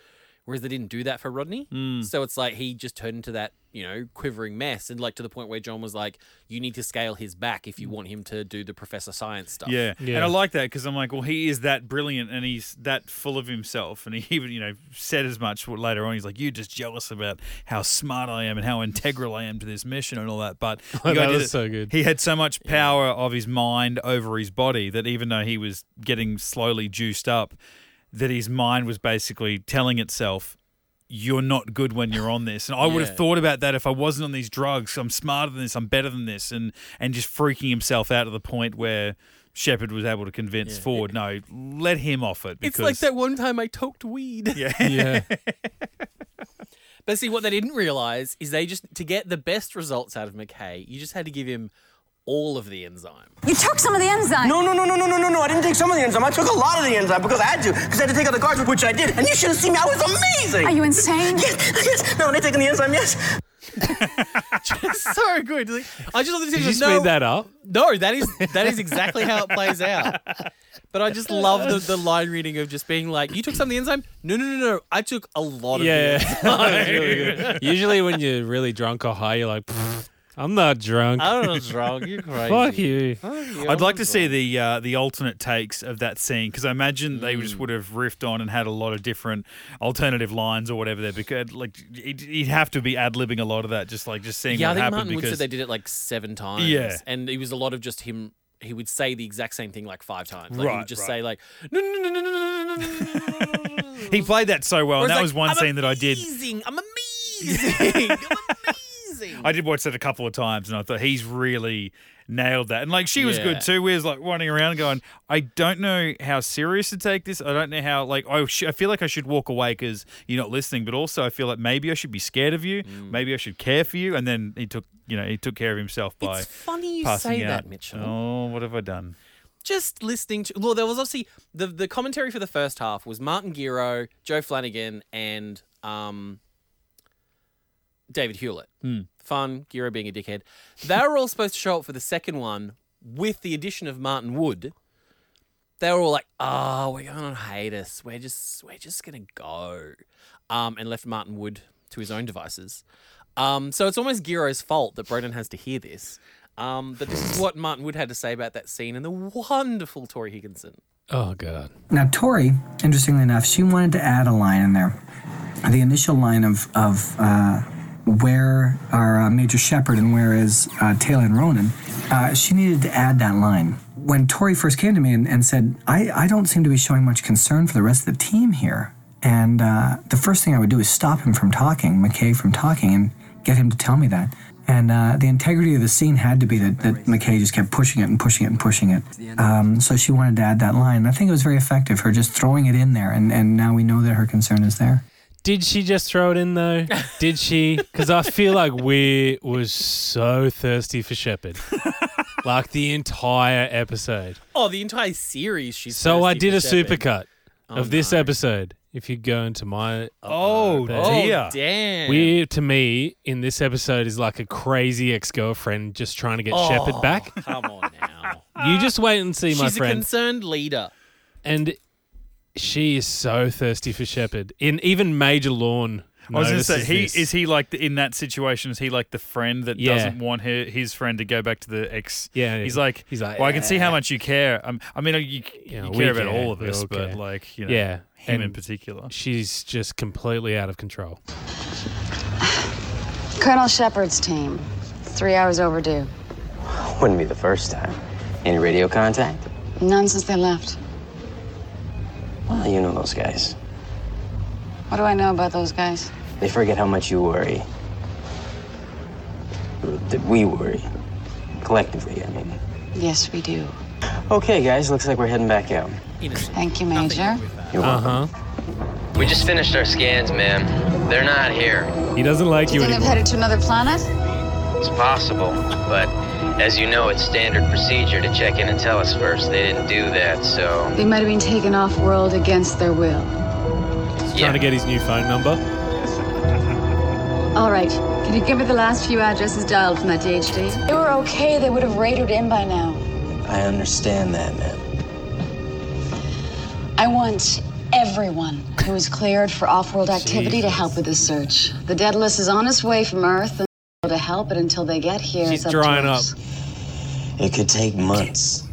Speaker 2: Whereas they didn't do that for Rodney,
Speaker 1: Hmm.
Speaker 2: so it's like he just turned into that you know quivering mess, and like to the point where John was like, "You need to scale his back if you want him to do the Professor Science stuff."
Speaker 1: Yeah. and
Speaker 3: Yeah.
Speaker 1: I like that because I'm like, well, he is that brilliant and he's that full of himself, and he even you know said as much later on. He's like, you're just jealous about how smart I am and how integral I am to this mission and all that. But
Speaker 3: Oh,
Speaker 1: the
Speaker 3: that
Speaker 1: idea
Speaker 3: was so good.
Speaker 1: He had so much power of his mind over his body that even though he was getting slowly juiced up, that his mind was basically telling itself. you're not good when you're on this. And I would
Speaker 2: Yeah.
Speaker 1: have thought about that if I wasn't on these drugs. I'm smarter than this. I'm better than this. And and just freaking himself out to the point where Shepard was able to convince Ford, no, let him off it.
Speaker 2: It's
Speaker 1: Because
Speaker 2: like that one time I toked weed. Yeah.
Speaker 3: Yeah.
Speaker 2: But see, what they didn't realize is they just, to get the best results out of McKay, you just had to give him all of the enzyme.
Speaker 7: You took some of the enzyme.
Speaker 8: No, no, no, no, no, no, no, no. I didn't take some of the enzyme. I took a lot of the enzyme because I had to, because I had to take out the garbage, which I did. And you should have seen me. I was amazing.
Speaker 7: Are you insane?
Speaker 8: yes, yes. No, they're taking the enzyme, yes.
Speaker 2: so good. Like, I just love the
Speaker 3: Did you
Speaker 2: decision.
Speaker 3: speed
Speaker 2: No,
Speaker 3: that up?
Speaker 2: no, that is that is exactly how it plays out. But I just love the, the line reading of just being like, "You took some of the enzyme? No, no, no, no. I took a lot of
Speaker 3: Yeah.
Speaker 2: the enzyme.
Speaker 3: That was really good. Usually when you're really drunk or high, you're like, "Pfft, I'm not drunk.
Speaker 2: I don't know what's wrong. You're crazy.
Speaker 3: Fuck you.
Speaker 1: I'd like to see the uh, the alternate takes of that scene because I imagine they
Speaker 2: Mm.
Speaker 1: just would have riffed on and had a lot of different alternative lines or whatever there because like you'd you'd have to be ad libbing a lot of that just like just seeing
Speaker 2: Yeah, I
Speaker 1: what
Speaker 2: think
Speaker 1: happened
Speaker 2: Martin Wood
Speaker 1: because
Speaker 2: said they did it like seven times.
Speaker 1: Yeah.
Speaker 2: And it was a lot of just him. He would say the exact same thing like five times. Like he would
Speaker 1: Right,
Speaker 2: just
Speaker 1: right.
Speaker 2: say like, no, no, no, no, no, no, no, no, no, no, no, no, no, no."
Speaker 1: he played that so well
Speaker 2: Or
Speaker 1: and
Speaker 2: it's
Speaker 1: that
Speaker 2: like,
Speaker 1: was one
Speaker 2: "I'm
Speaker 1: scene that I did
Speaker 2: Amazing. I'm amazing. I'm amazing.
Speaker 1: I did watch that a couple of times and I thought he's really nailed that and like she was
Speaker 2: Yeah.
Speaker 1: good too we was like running around going I don't know how serious to take this I don't know how like I, sh- I feel like I should walk away because you're not listening but also I feel like maybe I should be scared of you
Speaker 2: Mm.
Speaker 1: maybe I should care for you and then he took you know he took care of himself by
Speaker 2: It's funny you
Speaker 1: passing
Speaker 2: say
Speaker 1: out.
Speaker 2: that, Mitchell.
Speaker 1: Oh, what have I done?
Speaker 2: Just listening to well, there was obviously the the commentary for the first half was Martin Giro, Joe Flanagan, and um, David Hewlett. Fun Giro being a dickhead. They were all supposed to show up for the second one with the addition of Martin Wood. They were all like, "Oh, we're going on hiatus. We're just we're just gonna go," um, and left Martin Wood to his own devices. Um, so it's almost Giro's fault that Broden has to hear this. Um, but this is what Martin Wood had to say about that scene and the wonderful Tori Higginson.
Speaker 3: Oh, God.
Speaker 9: Now, Tori, interestingly enough, she wanted to add a line in there. The initial line of, of uh, where are uh, Major Shepard and where is uh, Taylor and Ronan, uh, she needed to add that line. When Tori first came to me and, and said, I, I don't seem to be showing much concern for the rest of the team here. And uh, the first thing I would do is stop him from talking, McKay from talking, and get him to tell me that. And uh, the integrity of the scene had to be that, that McKay just kept pushing it and pushing it and pushing it. Um, so she wanted to add that line. And I think it was very effective, her just throwing it in there. And, and now we know that her concern is there.
Speaker 3: Did she just throw it in though? Did she? Because I feel like we was so thirsty for Shepard, like the entire episode.
Speaker 2: Oh, the entire series. She's
Speaker 3: So I
Speaker 2: thirsty
Speaker 3: did a
Speaker 2: for Oh, Shepard.
Speaker 3: supercut of this episode. If you go into my,
Speaker 1: Oh,
Speaker 2: Oh
Speaker 1: dear.
Speaker 2: damn!
Speaker 3: we to me in this episode is like a crazy ex girlfriend just trying to get Shepard back.
Speaker 2: Come on now.
Speaker 3: You just wait and see,
Speaker 2: Oh.
Speaker 3: my
Speaker 2: She's a
Speaker 3: friend.
Speaker 2: concerned leader.
Speaker 3: and she is so thirsty for Shepard. In even Major Lawn.
Speaker 1: I was going to say,
Speaker 3: notices
Speaker 1: he
Speaker 3: this.
Speaker 1: is he like the, in that situation? Is he like the friend that
Speaker 3: Yeah.
Speaker 1: doesn't want her, his friend to go back to the ex?
Speaker 3: Yeah, yeah.
Speaker 1: he's like,
Speaker 3: He's like, "Eh."
Speaker 1: well, I can see how much you care. Um, I mean, you,
Speaker 3: Yeah,
Speaker 1: you
Speaker 3: we
Speaker 1: care about
Speaker 3: care.
Speaker 1: all of
Speaker 3: We
Speaker 1: us,
Speaker 3: all
Speaker 1: but
Speaker 3: care.
Speaker 1: like, you know,
Speaker 3: Yeah,
Speaker 1: him in
Speaker 3: and-
Speaker 1: particular.
Speaker 3: She's just completely out of control.
Speaker 10: Colonel Shepard's team. Three hours overdue.
Speaker 8: Wouldn't be the first time. Any radio contact?
Speaker 10: None since they left.
Speaker 8: Well, you know those guys.
Speaker 10: What do I know about those guys?
Speaker 8: They forget how much you worry. That we worry. Collectively, I mean.
Speaker 10: Yes, we do.
Speaker 8: Okay, guys, looks like we're heading back out.
Speaker 2: Innocent.
Speaker 10: Thank you, Major.
Speaker 8: You're welcome.
Speaker 3: Uh huh.
Speaker 11: We just finished our scans, ma'am. They're not here.
Speaker 3: He doesn't like
Speaker 10: Do you
Speaker 3: you
Speaker 10: think
Speaker 3: anymore.
Speaker 10: they've headed to another planet?
Speaker 11: It's possible, but as you know, it's standard procedure to check in and tell us first. They didn't do that, so
Speaker 10: They might have been taken off world against their will.
Speaker 3: He's
Speaker 11: yeah.
Speaker 3: trying to get his new phone number.
Speaker 10: All right. Can you give me the last few addresses dialed from that DHD? If They were okay. They would have radioed in by now.
Speaker 8: I understand that, ma'am.
Speaker 10: I want everyone who is cleared for off-world activity to help with this search. The Daedalus is on its way from Earth, and to help it until they get here.
Speaker 3: She's
Speaker 10: is up
Speaker 3: drying
Speaker 10: to
Speaker 3: up.
Speaker 10: us.
Speaker 8: It could take months.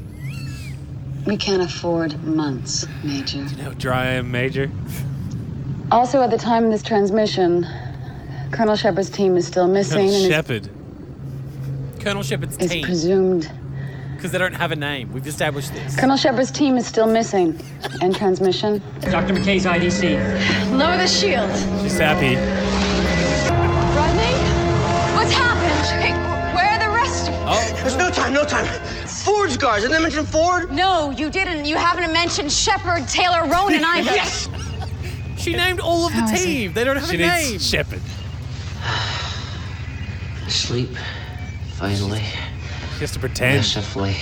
Speaker 10: We can't afford months, Major.
Speaker 3: No, dry major.
Speaker 10: Also, at the time of this transmission, Colonel Shepard's team is still missing
Speaker 3: Colonel
Speaker 10: and
Speaker 3: Shepard.
Speaker 2: Colonel Shepard's
Speaker 10: is, is
Speaker 2: team.
Speaker 10: presumed
Speaker 2: because they don't have a name. We've established this.
Speaker 10: Colonel Shepard's team is still missing. End transmission.
Speaker 5: Dr. McKay's IDC.
Speaker 10: Lower the shield.
Speaker 3: She's happy.
Speaker 7: Rodney? What's happened? Hey, where are the rest of
Speaker 2: Oh.
Speaker 8: There's no time, no time. Ford's guards. Didn't I mention Ford?
Speaker 7: No, you didn't. You haven't mentioned Shepard, Taylor, Ronan either.
Speaker 8: Yes!
Speaker 2: She named all of the team. They don't have
Speaker 3: She
Speaker 2: a
Speaker 3: needs
Speaker 2: name.
Speaker 3: Shepherd.
Speaker 11: Sleep, finally,
Speaker 3: She has to pretend.
Speaker 11: mercifully.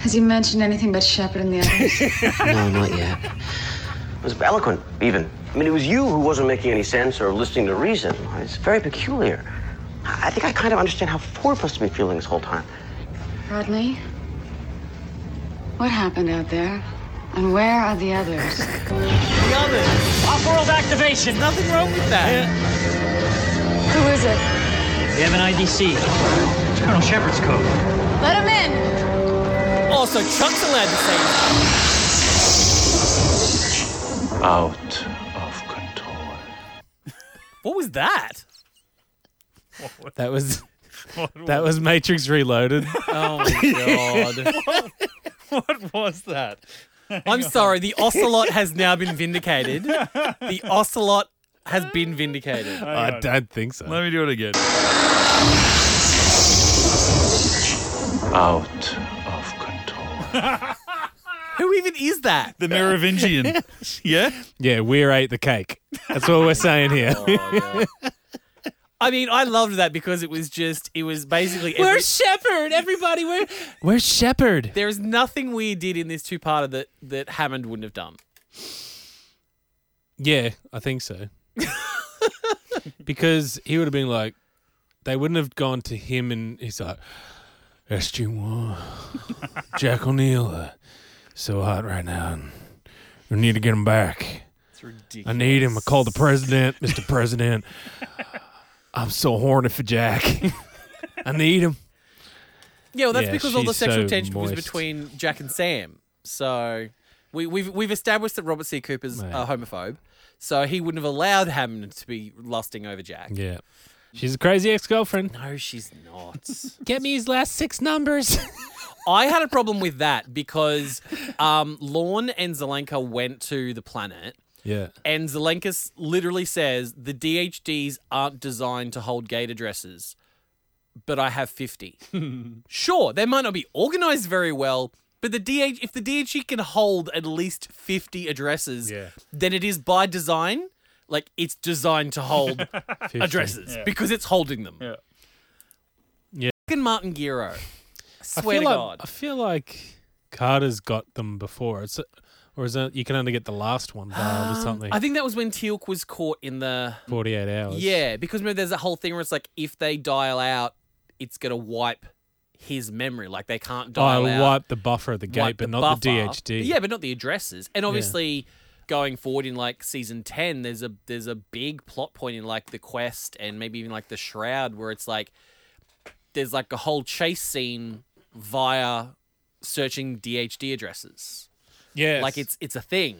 Speaker 10: Has he mentioned anything but Shepard and the others?
Speaker 11: No, not yet.
Speaker 8: It was eloquent, even. I mean, it was you who wasn't making any sense or listening to reason. It's very peculiar. I I think I kind of understand how Ford must have been feeling this whole time.
Speaker 10: Rodney? What happened out there? And where are the others?
Speaker 2: The others.
Speaker 5: Off-world activation.
Speaker 2: Nothing wrong with that.
Speaker 7: Who is it?
Speaker 5: We have an IDC. It's Colonel Shepard's code.
Speaker 7: Let him in.
Speaker 2: Also, Chuck's allowed to say that.
Speaker 4: Out of control.
Speaker 2: What was that?
Speaker 3: That was that was Matrix Reloaded.
Speaker 2: Oh my god.
Speaker 1: What was that?
Speaker 2: I'm sorry, the ocelot has now been vindicated. The ocelot has been vindicated.
Speaker 3: I don't think so.
Speaker 1: Let me do it again.
Speaker 4: Out of control.
Speaker 2: Who even is that?
Speaker 1: The Merovingian. yeah?
Speaker 3: Yeah, we're ate the cake. That's what we're saying here.
Speaker 1: Oh.
Speaker 2: I mean, I loved that because it was just, it was basically. every-
Speaker 3: Shepherd? Everybody, we're we're Shepherd.
Speaker 2: there is nothing we did in this two-parter that that Hammond wouldn't have done.
Speaker 3: Yeah, I think so. because he would have been like, they wouldn't have gone to him and he's like, SG One, Jack O'Neill, uh, so hot right now. And we need to get him back.
Speaker 2: It's ridiculous.
Speaker 3: I need him. I called the president, Mr. President. I'm so horny for Jack. I need him.
Speaker 2: Yeah, well, that's
Speaker 3: Yeah,
Speaker 2: because all the
Speaker 3: she's
Speaker 2: sexual
Speaker 3: so
Speaker 2: tension was
Speaker 3: moist.
Speaker 2: between Jack and Sam. So we, we've we've established that Robert C. Cooper's
Speaker 3: Mate.
Speaker 2: uh, homophobe, so he wouldn't have allowed Hammond to be lusting over Jack.
Speaker 3: Yeah. She's a crazy ex girlfriend.
Speaker 2: No, she's not.
Speaker 3: Get me his last six numbers.
Speaker 2: I had a problem with that because um, Lorne and Zelenka went to the planet.
Speaker 3: yeah.
Speaker 2: And Zelenka s- literally says the DHDs aren't designed to hold gate addresses, but I have 50. sure, they might not be organized very well, but the DH if the DHD can hold at least 50 addresses,
Speaker 3: Yeah.
Speaker 2: then it is by design, like it's designed to hold addresses because it's holding them.
Speaker 1: Yeah.
Speaker 3: Yeah.
Speaker 2: Fucking Martin Giro.
Speaker 3: I
Speaker 2: Swear
Speaker 3: feel
Speaker 2: to
Speaker 3: like,
Speaker 2: God.
Speaker 3: I feel like Carter's got them before. It's or is it you can only get the last one dialed or something?
Speaker 2: Um, I think that was when Teal'c was caught in the
Speaker 3: Forty eight hours.
Speaker 2: Yeah, because remember, there's a whole thing where it's like if they dial out, it's gonna wipe his memory. Like they can't
Speaker 3: Oh, I
Speaker 2: dial out.
Speaker 3: wipe the buffer of the gate,
Speaker 2: wipe
Speaker 3: but not the
Speaker 2: buffer.
Speaker 3: DHD.
Speaker 2: Yeah, but not the addresses. And obviously, going forward in like season ten, there's a there's a big plot point in like the quest and maybe even like the shroud where it's like there's like a whole chase scene via searching DHD addresses.
Speaker 3: yeah,
Speaker 2: Like it's it's a thing.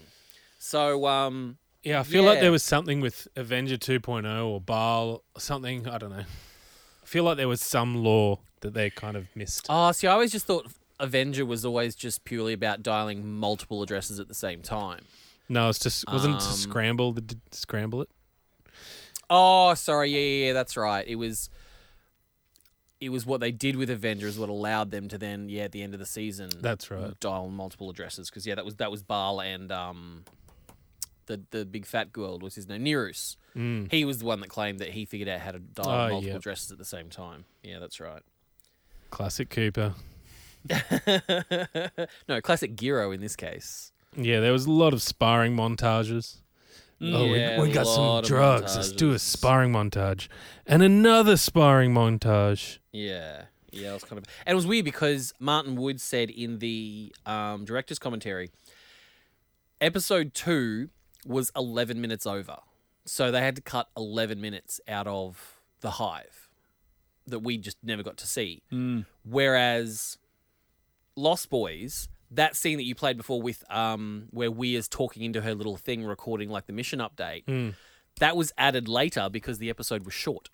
Speaker 2: So um
Speaker 3: yeah. I feel like
Speaker 2: yeah.
Speaker 3: there was something with Avenger 2.0 or Baal or something. I don't know. I feel like there was some law that they kind of missed.
Speaker 2: Oh, see, I always just thought Avenger was always just purely about dialing multiple addresses at the same time.
Speaker 3: No, it's just wasn't it to
Speaker 2: Um,
Speaker 3: scramble the d- scramble it.
Speaker 2: Oh, sorry, yeah, yeah, yeah, that's right. It was, it was what they did with Avenger is what allowed them to then, yeah, at the end of the season, uh,
Speaker 3: That's right.
Speaker 2: dial multiple addresses because yeah, that was that was Baal and um, the the big fat girl was his name, Nerus. He was the one that claimed that he figured out how to dial
Speaker 3: Mm. Oh,
Speaker 2: multiple
Speaker 3: yep.
Speaker 2: addresses at the same time. Yeah, that's right. mm.
Speaker 3: Classic Cooper.
Speaker 2: no, classic Giro in this case.
Speaker 3: Yeah, there was a lot of sparring montages. Oh,
Speaker 2: Yeah,
Speaker 3: we, we got
Speaker 2: lot
Speaker 3: some
Speaker 2: of
Speaker 3: drugs. Let's do a
Speaker 2: montages.
Speaker 3: sparring montage and another sparring montage.
Speaker 2: Yeah. Yeah, it was kind of and it was weird because Martin Wood said in the um, director's commentary, episode two was eleven minutes over. So they had to cut eleven minutes out of the hive that we just never got to see. Whereas Lost Boys, that scene that you played before with um where Weir's talking into her little thing recording like the mission update, that was added later because the episode was short.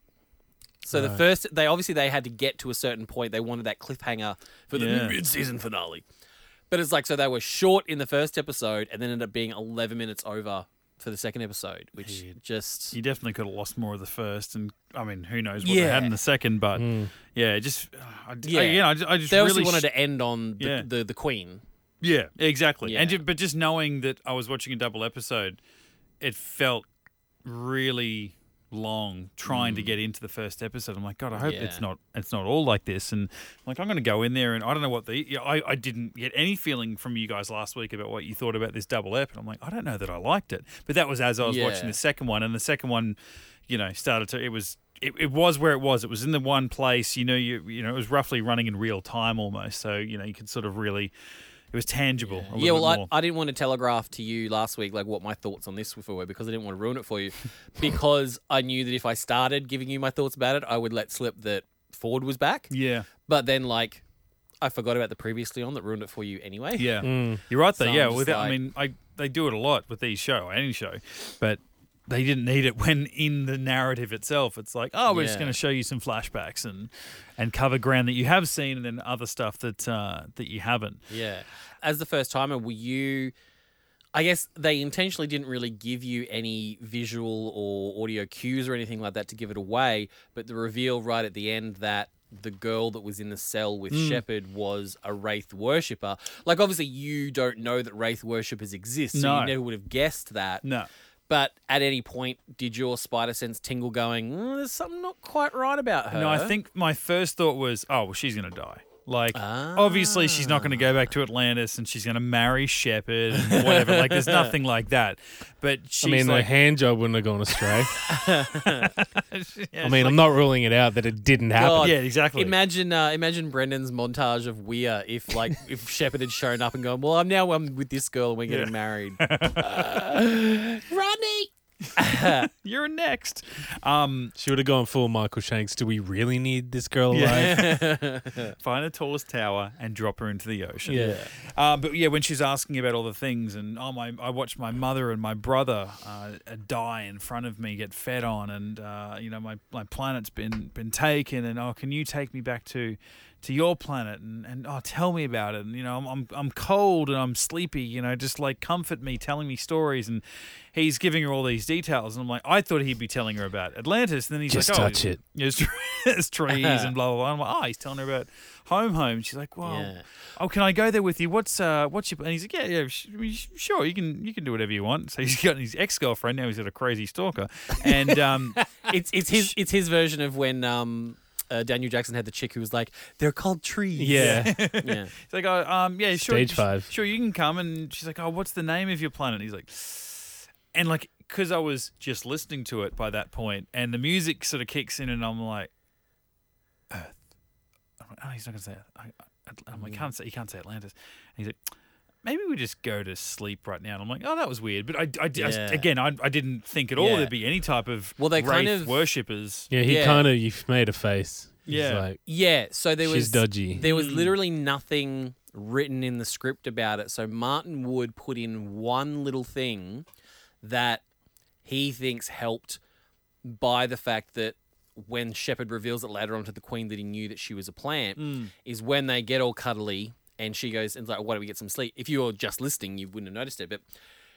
Speaker 2: So the
Speaker 3: Right.
Speaker 2: first, they obviously they had to get to a certain point. They wanted that cliffhanger for the
Speaker 1: Yeah.
Speaker 2: mid-season finale. But it's like so they were short in the first episode, and then ended up being eleven minutes over for the second episode, which just
Speaker 1: you definitely could have lost more of the first, and I mean, who knows what they had
Speaker 2: Yeah.
Speaker 1: in the second, but
Speaker 3: Mm.
Speaker 1: yeah, it just uh, I, yeah, I, yeah, I just, I just
Speaker 2: they
Speaker 1: really
Speaker 2: obviously
Speaker 1: sh-
Speaker 2: wanted to end on the
Speaker 1: Yeah.
Speaker 2: the, the queen.
Speaker 1: Yeah, exactly. And
Speaker 2: Yeah.
Speaker 1: ju- but just knowing that I was watching a double episode, it felt really long trying to get into the first episode. I'm like, God, I hope
Speaker 2: Mm. Yeah.
Speaker 1: it's not it's not all like this. And I'm like, I'm going to go in there, and I don't know what the yeah, I I didn't get any feeling from you guys last week about what you thought about this double ep, and I'm like, I don't know that I liked it. But that was as I was watching
Speaker 2: Yeah.
Speaker 1: the second one, and the second one, you know, started to it was. It, it was where it was. It was in the one place. You know, you you know, it was roughly running in real time almost. So you know, you could sort of really it was tangible. A
Speaker 2: Yeah,
Speaker 1: little
Speaker 2: well,
Speaker 1: bit
Speaker 2: I,
Speaker 1: more.
Speaker 2: I didn't want to telegraph to you last week like what my thoughts on this were because I didn't want to ruin it for you, because I knew that if I started giving you my thoughts about it, I would let slip that Ford was back.
Speaker 1: yeah,
Speaker 2: But then like I forgot about the previously on that ruined it for you anyway.
Speaker 1: yeah, you're right though.
Speaker 2: Mm. So I'm
Speaker 1: yeah,
Speaker 2: just
Speaker 1: without, I
Speaker 2: like-
Speaker 1: mean, I they do it a lot with these show, any show, but they didn't need it when in the narrative itself. It's like, oh, we're just
Speaker 2: Yeah.
Speaker 1: going to show you some flashbacks and and cover ground that you have seen, and then other stuff that uh, that you haven't.
Speaker 2: Yeah. As the first timer, were you I guess they intentionally didn't really give you any visual or audio cues or anything like that to give it away, but the reveal right at the end that the girl that was in the cell with
Speaker 1: Mm.
Speaker 2: Shepard was a Wraith worshipper. Like obviously you don't know that Wraith worshippers exist, so
Speaker 1: No.
Speaker 2: you never would have guessed that.
Speaker 1: No.
Speaker 2: But at any point did your spider sense tingle going, "Mm, there's something not quite right about her?
Speaker 1: No, I think my first thought was, oh, well, she's going to die. Like, obviously, she's not going to
Speaker 2: Ah.
Speaker 1: go back to Atlantis, and she's going to marry Shepard and whatever. like, there's nothing like that. But she's
Speaker 3: I mean, the
Speaker 1: like,
Speaker 3: hand job wouldn't have gone astray.
Speaker 1: Yeah,
Speaker 3: I
Speaker 1: it's
Speaker 3: mean, I'm
Speaker 1: like-
Speaker 3: not ruling it out that it didn't happen.
Speaker 2: God. Imagine, uh, imagine Brendan's montage of Weir if like if Shepard had shown up and gone, "Well, I'm now I'm with this girl and we're getting married." Uh, Rodney,
Speaker 1: you're next. Um,
Speaker 3: she would have gone full Michael Shanks. Do we really need this girl alive?
Speaker 1: Yeah. Find the tallest tower and drop her into the ocean.
Speaker 3: Yeah.
Speaker 1: Uh, but yeah, when she's asking about all the things, and oh my, I watched my mother and my brother uh, die in front of me, get fed on, and uh, you know my, my planet's been been taken, and oh, can you take me back to to your planet, and, and oh, tell me about it, and you know I'm, I'm I'm cold and I'm sleepy, you know, just like comfort me, telling me stories, and he's giving her all these details, and I'm like, I thought he'd be telling her about Atlantis, and then he's
Speaker 3: Just
Speaker 1: like,
Speaker 3: touch
Speaker 1: oh,
Speaker 3: it.
Speaker 1: There's, tre- there's trees and blah blah blah. I'm like, oh, he's telling her about home, home. She's like, well,
Speaker 2: Yeah.
Speaker 1: oh, can I go there with you? What's uh, what's your? And he's like, yeah, yeah, sh- I mean, sh- sure, you can, you can do whatever you want. So he's got his ex girlfriend now. He's got a crazy stalker, and um,
Speaker 2: it's it's his it's his version of when um, uh, Daniel Jackson had the chick who was like, "They're called trees."
Speaker 1: Yeah.
Speaker 2: yeah.
Speaker 1: He's like, oh, um, yeah, sure.
Speaker 3: Stage
Speaker 1: sh-
Speaker 3: five.
Speaker 1: Sure, you can come. And she's like, oh, what's the name of your planet? He's like, and like, because I was just listening to it by that point, and the music sort of kicks in, and I'm like, Earth. I'm like, oh, he's not gonna say. Earth. I, I, I'm like, can't say. He can't say Atlantis. And he's like. Maybe we just go to sleep right now. And I'm like, oh, that was weird. But I, I, I-
Speaker 2: Yeah.
Speaker 1: again, I, I didn't think at all
Speaker 2: Yeah.
Speaker 1: there'd be any type of
Speaker 2: Well, they
Speaker 1: wraith
Speaker 2: kind of-
Speaker 1: worshippers.
Speaker 3: yeah, he
Speaker 2: Yeah.
Speaker 3: kind of you made a face. He's
Speaker 1: Yeah.
Speaker 3: like,
Speaker 2: Yeah, so there
Speaker 3: She's
Speaker 2: was
Speaker 3: dodgy.
Speaker 2: There was
Speaker 1: Mm.
Speaker 2: literally nothing written in the script about it. So Martin Wood put in one little thing that he thinks helped by the fact that when Shepard reveals it later on to the Queen that he knew that she was a plant,
Speaker 1: Mm.
Speaker 2: is when they get all cuddly and she goes and like, why don't we get some sleep? If you were just listening, you wouldn't have noticed it, but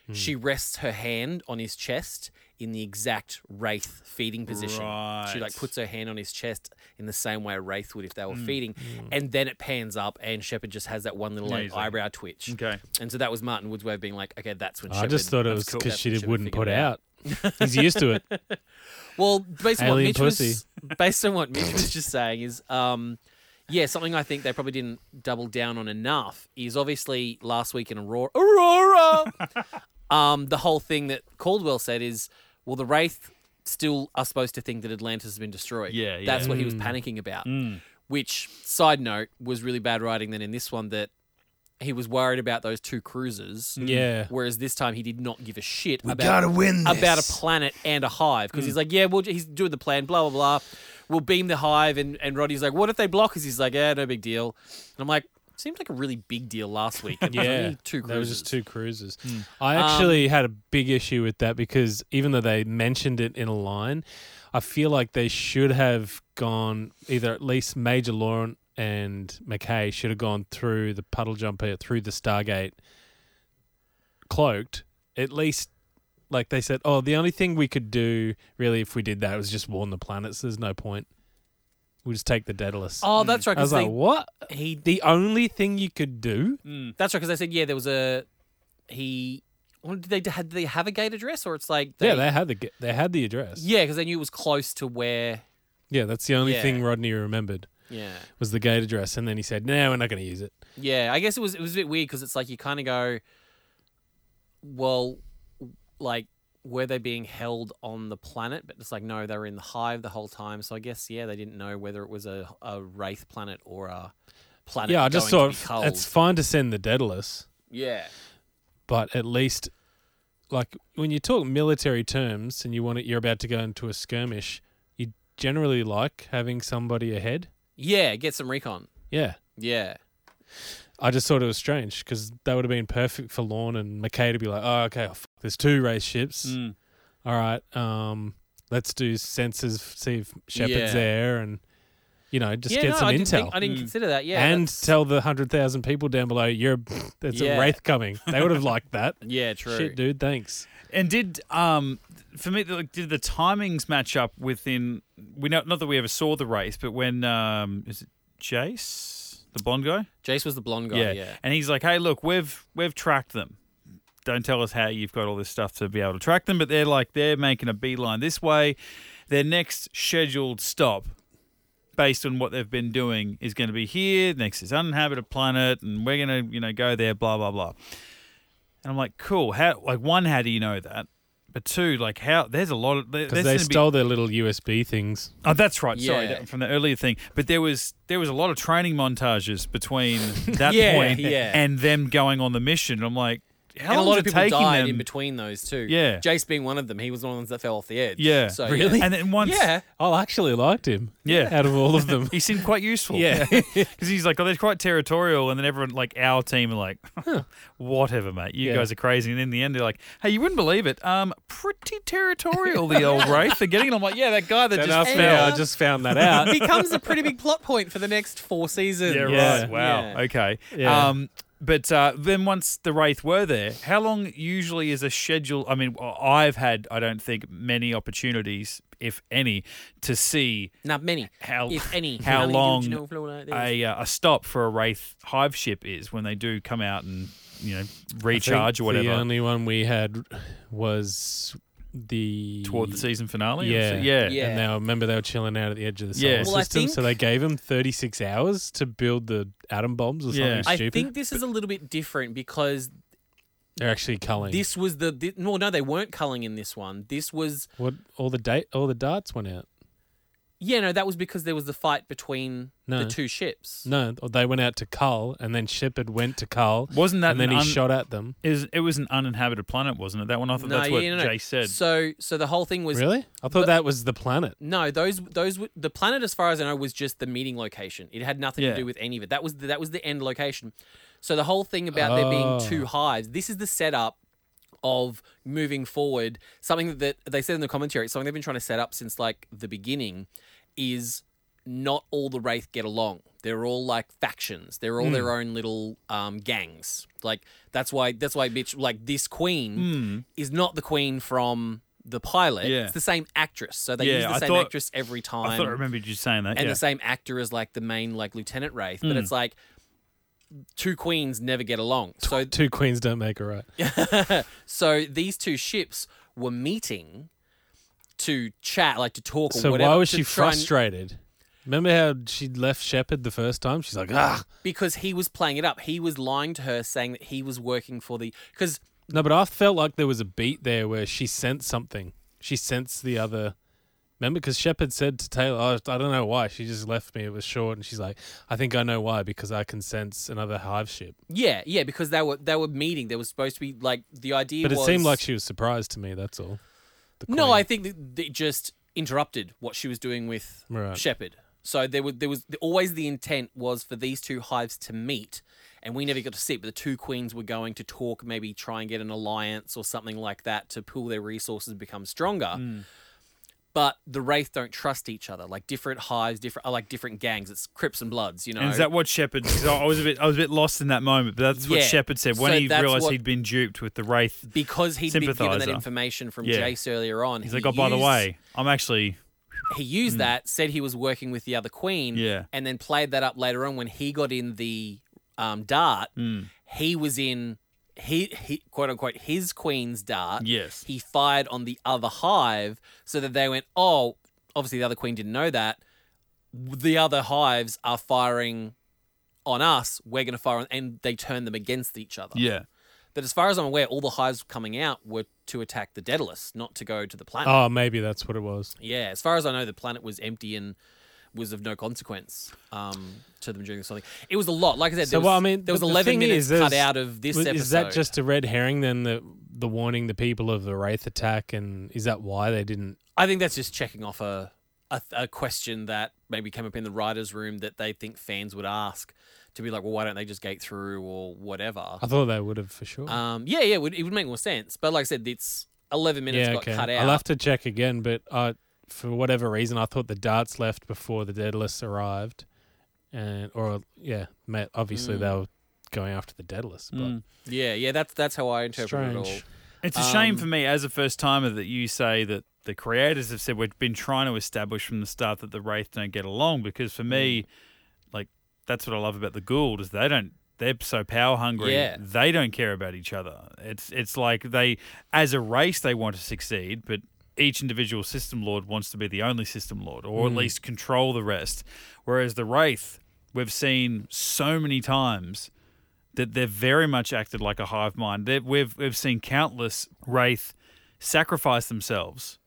Speaker 3: Hmm.
Speaker 2: she rests her hand on his chest in the exact wraith feeding position. She
Speaker 1: Right.
Speaker 2: like puts her hand on his chest in the same way a wraith would if they were
Speaker 3: Mm.
Speaker 2: feeding, and then it pans up and Shepard just has that one little
Speaker 1: Yeah,
Speaker 2: like,
Speaker 1: he's like-
Speaker 2: eyebrow twitch.
Speaker 1: Okay.
Speaker 2: And so that was Martin Wood's way of being like, okay, that's when.
Speaker 3: I just
Speaker 2: Shepard-
Speaker 3: thought it was
Speaker 2: that's cool.
Speaker 3: because
Speaker 2: That's
Speaker 3: she
Speaker 2: when
Speaker 3: did,
Speaker 2: Shepard
Speaker 3: wouldn't put
Speaker 2: figured it
Speaker 3: out. He's used to it.
Speaker 2: well, based on, what
Speaker 3: Alien
Speaker 2: Mitch
Speaker 3: pussy.
Speaker 2: was, based on what Mitch was just saying is, um, yeah, something I think they probably didn't double down on enough is obviously last week in Aurora, Aurora, um, the whole thing that Caldwell said is, well, the Wraith still are supposed to think that Atlantis has been destroyed.
Speaker 1: Yeah, yeah.
Speaker 2: That's what he was
Speaker 3: Mm.
Speaker 2: panicking about.
Speaker 1: Mm.
Speaker 2: Which, side note, was really bad writing then in this one that he was worried about those two cruisers.
Speaker 3: Yeah.
Speaker 2: Whereas this time he did not give a shit
Speaker 3: Mm. We
Speaker 2: about
Speaker 3: gotta win
Speaker 2: about a
Speaker 3: this. Mm.
Speaker 2: planet and a hive because he's like, yeah, we'll, ju- he's doing the plan, blah blah blah. We'll beam the hive, and and Roddy's like, what if they block us? He's like, yeah, no big deal. And I'm like, seemed like a really big deal last week. It was
Speaker 3: yeah,
Speaker 2: only two
Speaker 3: There was
Speaker 2: cruises.
Speaker 3: just two cruises.
Speaker 2: Mm.
Speaker 3: I
Speaker 2: Um,
Speaker 3: actually had a big issue with that because even though they mentioned it in a line, I feel like they should have gone either at least Major Laurent and McKay should have gone through the puddle jumper through the Stargate cloaked. At least, like they said, oh, the only thing we could do really if we did that was just warn the planets. There's no point. We'll just take the Daedalus.
Speaker 2: Oh, that's right.
Speaker 3: I was
Speaker 2: 'cause they-
Speaker 3: like, what? He the only thing you could do.
Speaker 2: Mm. That's right, because they said yeah, there was a he. well, Did they had they have a gate address or it's like
Speaker 3: yeah, they had the ge- they had the address.
Speaker 2: yeah because they knew it was close to where
Speaker 3: Yeah, that's the only
Speaker 2: Yeah.
Speaker 3: thing Rodney remembered.
Speaker 2: Yeah.
Speaker 3: was the gate address, and then he said, "No, we're not going to use it."
Speaker 2: yeah I guess it was it was a bit weird because it's like you kind of go well like were they being held on the planet but it's like no they were in the hive the whole time so I guess yeah they didn't know whether it was a a wraith planet or a planet
Speaker 3: yeah, I just
Speaker 2: going
Speaker 3: thought
Speaker 2: to be cold.
Speaker 3: it's fine to send the Daedalus,
Speaker 2: yeah
Speaker 3: but at least, like when you talk military terms and you want it, you're about to go into a skirmish. You generally like having somebody ahead.
Speaker 2: yeah get some recon
Speaker 3: Yeah,
Speaker 2: yeah
Speaker 3: I just thought it was strange because that would have been perfect for Lorne and McKay to be like, "Oh, okay, f- there's two race ships.
Speaker 2: Mm.
Speaker 3: All right, um, let's do sensors, f- see if
Speaker 2: Yeah.
Speaker 3: Shepard's there, and you know, just
Speaker 2: Yeah,
Speaker 3: get
Speaker 2: no,
Speaker 3: some
Speaker 2: I
Speaker 3: intel."
Speaker 2: didn't think- I didn't Mm. consider that, yeah,
Speaker 3: and tell the hundred thousand people down below, "You're there's
Speaker 1: Yeah.
Speaker 3: a wraith coming." They would have liked that.
Speaker 2: Yeah, true.
Speaker 3: Shit, dude, thanks.
Speaker 1: And did um for me like, did the timings match up within we know not that we ever saw the race, but when um is it Jace the blonde guy?
Speaker 2: Jace was the blonde guy, yeah.
Speaker 1: and he's like, hey, look, we've we've tracked them. Don't tell us how you've got all this stuff to be able to track them, but they're like they're making a beeline this way. Their next scheduled stop, based on what they've been doing, is going to be here. Next is uninhabited planet, and we're going to you know go there. Blah blah blah. And I'm like, cool. How? Like, one, how do you know that? But two, like, how? There's a lot of there-
Speaker 3: Because
Speaker 1: there's
Speaker 3: they
Speaker 1: gonna be-
Speaker 3: stole their little USB things.
Speaker 1: Oh, that's right. Sorry,
Speaker 3: Yeah.
Speaker 1: that- from the earlier thing. But there was there was a lot of training montages between that
Speaker 2: Yeah,
Speaker 1: point
Speaker 2: yeah.
Speaker 1: and them going on the mission. I'm like, how
Speaker 2: and a
Speaker 1: long
Speaker 2: lot
Speaker 1: is
Speaker 2: of
Speaker 1: it
Speaker 2: people
Speaker 1: taking
Speaker 2: died
Speaker 1: them?
Speaker 2: in between those two.
Speaker 1: Yeah.
Speaker 2: Jace being one of them. He was one of the ones that fell off the edge.
Speaker 1: Yeah.
Speaker 2: So,
Speaker 1: Really?
Speaker 2: Yeah.
Speaker 1: And then once-
Speaker 2: Yeah.
Speaker 3: Oh, I actually liked him.
Speaker 1: Yeah,
Speaker 3: out of all of them,
Speaker 1: he seemed quite useful.
Speaker 3: Yeah.
Speaker 1: because he's like, oh, they're quite territorial, and then everyone like our team are like, whatever, mate, you
Speaker 3: Yeah.
Speaker 1: guys are crazy. And in the end, they're like, hey, you wouldn't believe it, um, pretty territorial the old wraith. They're getting. I'm like, yeah, that guy that
Speaker 3: Then
Speaker 1: just
Speaker 3: after
Speaker 1: fell.
Speaker 3: I
Speaker 2: um,
Speaker 3: just found that out.
Speaker 2: Becomes a pretty big plot point for the next four seasons.
Speaker 1: Yeah, right. Wow. Okay.
Speaker 2: Yeah.
Speaker 1: Um, but uh, then once the Wraith were there, how long usually is a schedule? I mean, I've had, I don't think, many opportunities, if any, to see
Speaker 2: Not many.
Speaker 1: how
Speaker 2: If any.
Speaker 1: how
Speaker 2: How many
Speaker 1: long
Speaker 2: did you know flow like this?
Speaker 1: a uh, a stop for a Wraith hive ship is when they do come out and you know
Speaker 3: I think
Speaker 1: recharge or whatever.
Speaker 3: The only one we had was the
Speaker 1: Toward the season finale or
Speaker 3: Yeah,
Speaker 1: so- yeah.
Speaker 3: yeah. And they were, remember they were chilling out at the edge of the solar
Speaker 1: Yeah. Well, I
Speaker 3: system, so
Speaker 1: think-
Speaker 3: they gave them thirty six hours to build the atom bombs or something
Speaker 2: I
Speaker 3: stupid.
Speaker 2: think this is a little bit different because
Speaker 3: They're actually culling.
Speaker 2: this was the, the no no they weren't culling in this one. This was
Speaker 3: what all the date all the darts went out.
Speaker 2: yeah no that was because there was the fight between
Speaker 3: No.
Speaker 2: the two ships.
Speaker 3: No, they went out to cull, and then Shepard went to cull.
Speaker 1: Wasn't that
Speaker 3: And then
Speaker 1: an
Speaker 3: he
Speaker 1: un-
Speaker 3: shot at them.
Speaker 1: Is it was an uninhabited planet, wasn't it? That one I thought that's what
Speaker 2: yeah,
Speaker 1: Jay said.
Speaker 2: So so the whole thing was
Speaker 3: Really? I thought
Speaker 2: But-
Speaker 3: that was the planet.
Speaker 2: No, those those were- the planet, as far as I know, was just the meeting location. It had nothing
Speaker 3: Yeah.
Speaker 2: to do with any of it. That was the, that was the end location. So the whole thing about there being
Speaker 3: Oh.
Speaker 2: two hives. This is the setup of moving forward. Something that they said in the commentary. Something they've been trying to set up since like the beginning is not all the wraith get along. They're all like factions. They're all
Speaker 12: Hmm.
Speaker 2: their own little um, gangs. Like that's why that's why bitch like this queen
Speaker 1: Hmm.
Speaker 2: is not the queen from the pilot.
Speaker 1: Yeah.
Speaker 2: It's the same actress. So they
Speaker 1: Yeah,
Speaker 2: use the
Speaker 1: I
Speaker 2: same
Speaker 1: thought-
Speaker 2: actress every time.
Speaker 1: I thought I remembered you saying that.
Speaker 2: and
Speaker 1: yeah.
Speaker 2: the same actor as like the main like Lieutenant Wraith. But
Speaker 3: Mm.
Speaker 2: it's like two queens never get along. So
Speaker 3: Two queens don't make a right.
Speaker 2: so these two ships were meeting to chat, like to talk or
Speaker 3: So
Speaker 2: whatever.
Speaker 3: why was
Speaker 2: to
Speaker 3: she
Speaker 2: try and-
Speaker 3: frustrated? Remember how she left Shepard the first time? She's like, ah.
Speaker 2: Because he was playing it up. He was lying to her saying that he was working for the because
Speaker 3: No, but I felt like there was a beat there where she sensed something. She sensed the other. Remember, because Shepard said to Taylor, oh, I don't know why. She just left me. It was short. And she's like, I think I know why because I can sense another hive ship.
Speaker 2: yeah, yeah, because they were they were meeting. There was supposed to be like the idea
Speaker 3: but it
Speaker 2: was
Speaker 3: seemed like she was surprised to me. That's all.
Speaker 2: No, I think that it just interrupted what she was doing with
Speaker 3: Right.
Speaker 2: Shepard. So there was there was always the intent was for these two hives to meet, and we never got to see it. But the two queens were going to talk, maybe try and get an alliance or something like that to pool their resources and become stronger.
Speaker 1: Mm.
Speaker 2: But the wraith don't trust each other. Like different hives, different are like different gangs. It's Crips and Bloods, you know.
Speaker 1: And is that what Shepard? 'cause I I was a bit, I was a bit lost in that moment. But that's what
Speaker 2: Yeah.
Speaker 1: Shepard said when
Speaker 2: So
Speaker 1: he
Speaker 2: that's
Speaker 1: realized
Speaker 2: what-
Speaker 1: he'd been duped with the wraith
Speaker 2: because he'd been given that
Speaker 1: sympathizer.
Speaker 2: information from
Speaker 1: Yeah.
Speaker 2: Jace earlier on.
Speaker 1: He's
Speaker 2: he
Speaker 1: like, oh, by the
Speaker 2: used-
Speaker 1: way, I'm actually
Speaker 2: he used
Speaker 1: Mm.
Speaker 2: that, said he was working with the other queen,
Speaker 1: Yeah.
Speaker 2: and then played that up later on when he got in the um, dart.
Speaker 1: Mm.
Speaker 2: He was in he, he quote unquote his queen's dart.
Speaker 1: Yes.
Speaker 2: he fired on the other hive so that they went. Oh, obviously the other queen didn't know that. The other hives are firing on us. We're going to fire on, and they turn them against each other.
Speaker 1: yeah.
Speaker 2: But as far as I'm aware, all the hives coming out were to attack the Daedalus, not to go to the planet.
Speaker 3: Oh, maybe that's what it was.
Speaker 2: Yeah, as far as I know, the planet was empty and was of no consequence um, to them during this whole thing. It was a lot. Like I said,
Speaker 3: So
Speaker 2: there was,
Speaker 3: well, I mean,
Speaker 2: there was
Speaker 3: the- the
Speaker 2: 11
Speaker 3: thing
Speaker 2: minutes
Speaker 3: is,
Speaker 2: cut
Speaker 3: there's-
Speaker 2: out of this
Speaker 3: was-
Speaker 2: episode.
Speaker 3: Is that just a red herring then? The the warning the people of the wraith attack, and is that why they didn't?
Speaker 2: I think that's just checking off a, a a question that maybe came up in the writers' room that they think fans would ask to be like, well, why don't they just gate through or whatever?
Speaker 3: I thought they would have for sure.
Speaker 2: Um, yeah, yeah, it would, it would make more sense. But like I said, it's 11 minutes got cut out.
Speaker 3: I'll have to check again, but uh, for whatever reason, I thought the darts left before the Daedalus arrived, and or yeah, ma- obviously
Speaker 2: Mm.
Speaker 3: they were going after the Daedalus. But
Speaker 1: Mm.
Speaker 2: Yeah, yeah, that's that's how I interpret it all.
Speaker 3: Strange.
Speaker 1: It's a shame
Speaker 2: Um,
Speaker 1: for me as a first timer that you say that the creators have said we've been trying to establish from the start that the Wraith don't get along because for
Speaker 2: Mm.
Speaker 1: me, like that's what I love about the Gould is they don't they're so power hungry
Speaker 2: Yeah.
Speaker 1: they don't care about each other. It's it's like they as a race they want to succeed, but each individual system lord wants to be the only system lord or at
Speaker 3: Mm.
Speaker 1: least control the rest. Whereas the Wraith, we've seen so many times that they've very much acted like a hive mind. they we've we've seen countless wraith sacrifice themselves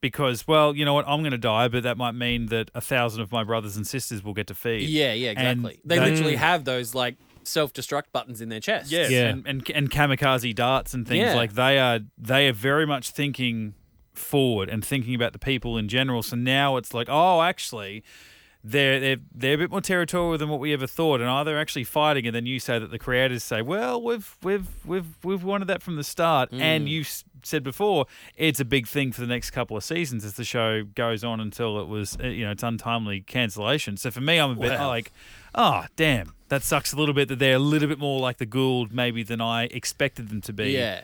Speaker 1: because, well, you know what? I'm going to die, but that might mean that a thousand of my brothers and sisters will get to feed.
Speaker 2: Yeah, yeah,
Speaker 1: And
Speaker 2: exactly. They, literally have those like self-destruct buttons in their chest.
Speaker 1: Yes, And, and and kamikaze darts and things
Speaker 2: Yeah.
Speaker 1: like they are they are very much thinking forward and thinking about the people in general. So now it's like, oh, actually, they're they're they're a bit more territorial than what we ever thought, and are they actually fighting? And then you say that the creators say, well, we've we've we've we've wanted that from the start,
Speaker 3: Mm.
Speaker 1: and you s- said before it's a big thing for the next couple of seasons as the show goes on until it was uh, you know it's untimely cancellation. So for me, I'm a bit
Speaker 2: Wow.
Speaker 1: like, oh damn, that sucks a little bit that they're a little bit more like the Gould maybe than I expected them to be.
Speaker 2: Yeah.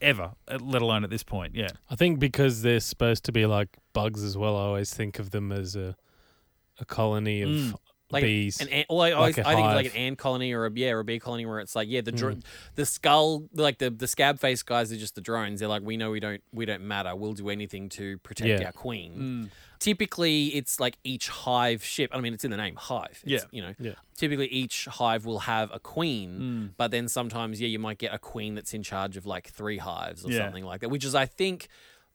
Speaker 1: Ever, uh, let alone at this point. Yeah.
Speaker 3: I think because they're supposed to be like bugs as well, I always think of them as a a colony of
Speaker 2: Mm. Like an-
Speaker 3: bees.
Speaker 2: An, ant- well, I, always,
Speaker 3: Like a
Speaker 2: I think of,
Speaker 3: hive. Hmm.
Speaker 2: like an ant colony or a yeah or a bee colony where it's like yeah the dr- the skull like the the scab face guys are just the drones. They're like we know we don't we don't matter. We'll do anything to protect
Speaker 3: Yeah.
Speaker 2: our
Speaker 1: Hmm.
Speaker 2: queen. Typically, it's like each hive ship. I mean, it's in the name hive. It's,
Speaker 1: Yeah.
Speaker 2: you know.
Speaker 3: Yeah.
Speaker 2: Typically, each hive will have a
Speaker 1: Hmm.
Speaker 2: queen, but then sometimes yeah you might get a queen that's in charge of like three hives or
Speaker 1: Yeah.
Speaker 2: something like that, which is I think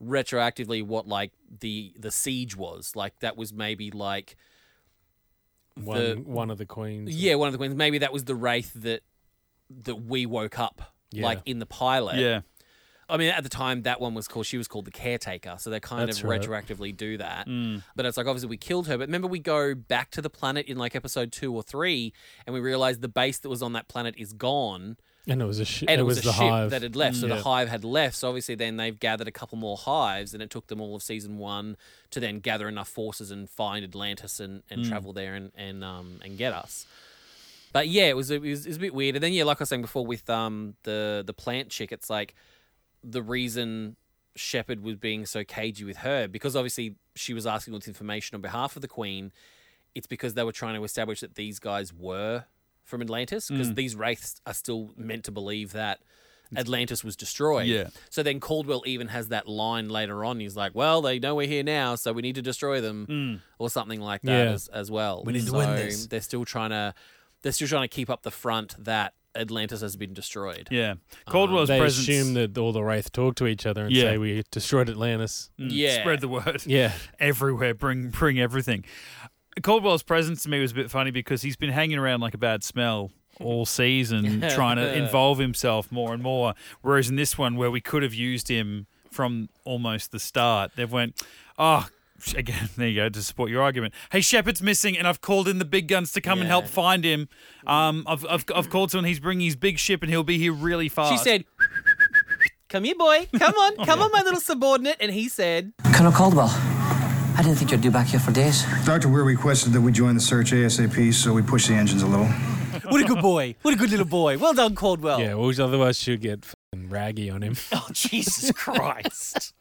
Speaker 2: retroactively what like the the siege was like that was maybe like
Speaker 3: one
Speaker 2: the-
Speaker 3: one of the queens.
Speaker 2: yeah, one of the queens. Maybe that was the wraith that that we woke up
Speaker 3: Yeah.
Speaker 2: like in the pilot.
Speaker 1: Yeah.
Speaker 2: I mean, at the time that one was called. She was called the caretaker. So they kind
Speaker 3: That's
Speaker 2: of
Speaker 3: right.
Speaker 2: retroactively do that.
Speaker 1: Mm.
Speaker 2: But it's like obviously we killed her. But remember, we go back to the planet in like episode two or three, and we realize the base that was on that planet is gone,
Speaker 3: and it was a shi
Speaker 2: and it was,
Speaker 3: the
Speaker 2: a ship
Speaker 3: hive
Speaker 2: that had left. So
Speaker 3: Yeah.
Speaker 2: the hive had left. So obviously, then they've gathered a couple more hives, and it took them all of season one to then gather enough forces and find Atlantis and, and
Speaker 3: Hmm.
Speaker 1: Mm.
Speaker 2: travel there and and um and get us. But yeah, it was, it was it was a bit weird. And then yeah, like I was saying before with um the the plant chick, it's like the reason Shepard was being so cagey with her because obviously she was asking all this information on behalf of the Queen. It's because they were trying to establish that these guys were from Atlantis because
Speaker 1: Mm.
Speaker 2: these wraiths are still meant to believe that Atlantis was destroyed.
Speaker 1: Yeah.
Speaker 2: So then Caldwell even has that line later on. He's like, "Well, they know we're here now, so we need to destroy them,"
Speaker 1: Mm.
Speaker 2: or something like that
Speaker 3: Yeah.
Speaker 2: as, as well.
Speaker 12: We need to
Speaker 2: So
Speaker 12: win this.
Speaker 2: They're still trying to they're still trying to keep up the front that Atlantis has been destroyed.
Speaker 1: Yeah. Caldwell's
Speaker 3: they
Speaker 1: presence.
Speaker 3: assume that all the wraith talk to each other and
Speaker 1: Yeah.
Speaker 3: say we destroyed Atlantis.
Speaker 1: Mm,
Speaker 2: Yeah.
Speaker 1: Spread the word.
Speaker 3: Yeah.
Speaker 1: Everywhere. Bring bring everything. Caldwell's presence to me was a bit funny because he's been hanging around like a bad smell all season, trying to involve himself more and more. Whereas in this one, where we could have used him from almost the start, they've went, oh, again, there you go to support your argument. Hey, Shepard's missing, and I've called in the big guns to come and help find him. Um, I've, I've, I've called someone. He's bringing his big ship, and he'll be here really fast.
Speaker 2: She said, Come here, boy. Come on. Come on, my little subordinate. And he said,
Speaker 12: Colonel Caldwell, I didn't think you'd be back here for days.
Speaker 13: Dr. Weir requested that we join the search ASAP, so we pushed the engines a little.
Speaker 2: What a good boy. What a good little boy. Well done, Caldwell.
Speaker 3: Yeah, well, otherwise she'll get fucking raggy on him.
Speaker 2: Oh, Jesus Christ.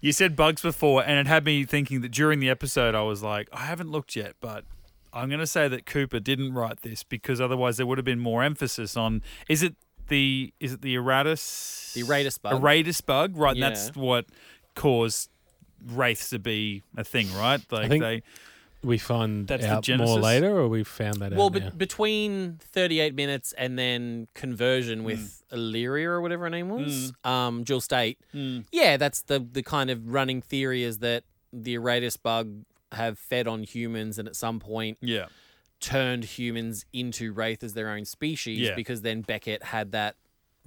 Speaker 1: You said bugs before, and it had me thinking that during the episode, I was like, I haven't looked yet, but I'm going to say that Cooper didn't write this because otherwise there would have been more emphasis on is it the is it the erratus
Speaker 2: The Aratus bug.
Speaker 1: Aratus bug, right? And that's
Speaker 2: Yeah.
Speaker 1: what caused wraiths to be a thing, right? Like
Speaker 3: think
Speaker 1: they
Speaker 3: we find
Speaker 1: That's the
Speaker 3: out
Speaker 1: genesis.
Speaker 3: more later, or we found that
Speaker 2: well,
Speaker 3: out
Speaker 2: be-
Speaker 3: now?
Speaker 2: between 38 minutes and then conversion with Illyria or whatever her name was, um, Jill State.
Speaker 1: Mm.
Speaker 2: Yeah, that's the the kind of running theory is that the Aratus bug have fed on humans and at some point
Speaker 1: yeah
Speaker 2: turned humans into wraith as their own species
Speaker 1: Yeah.
Speaker 2: because then Beckett had that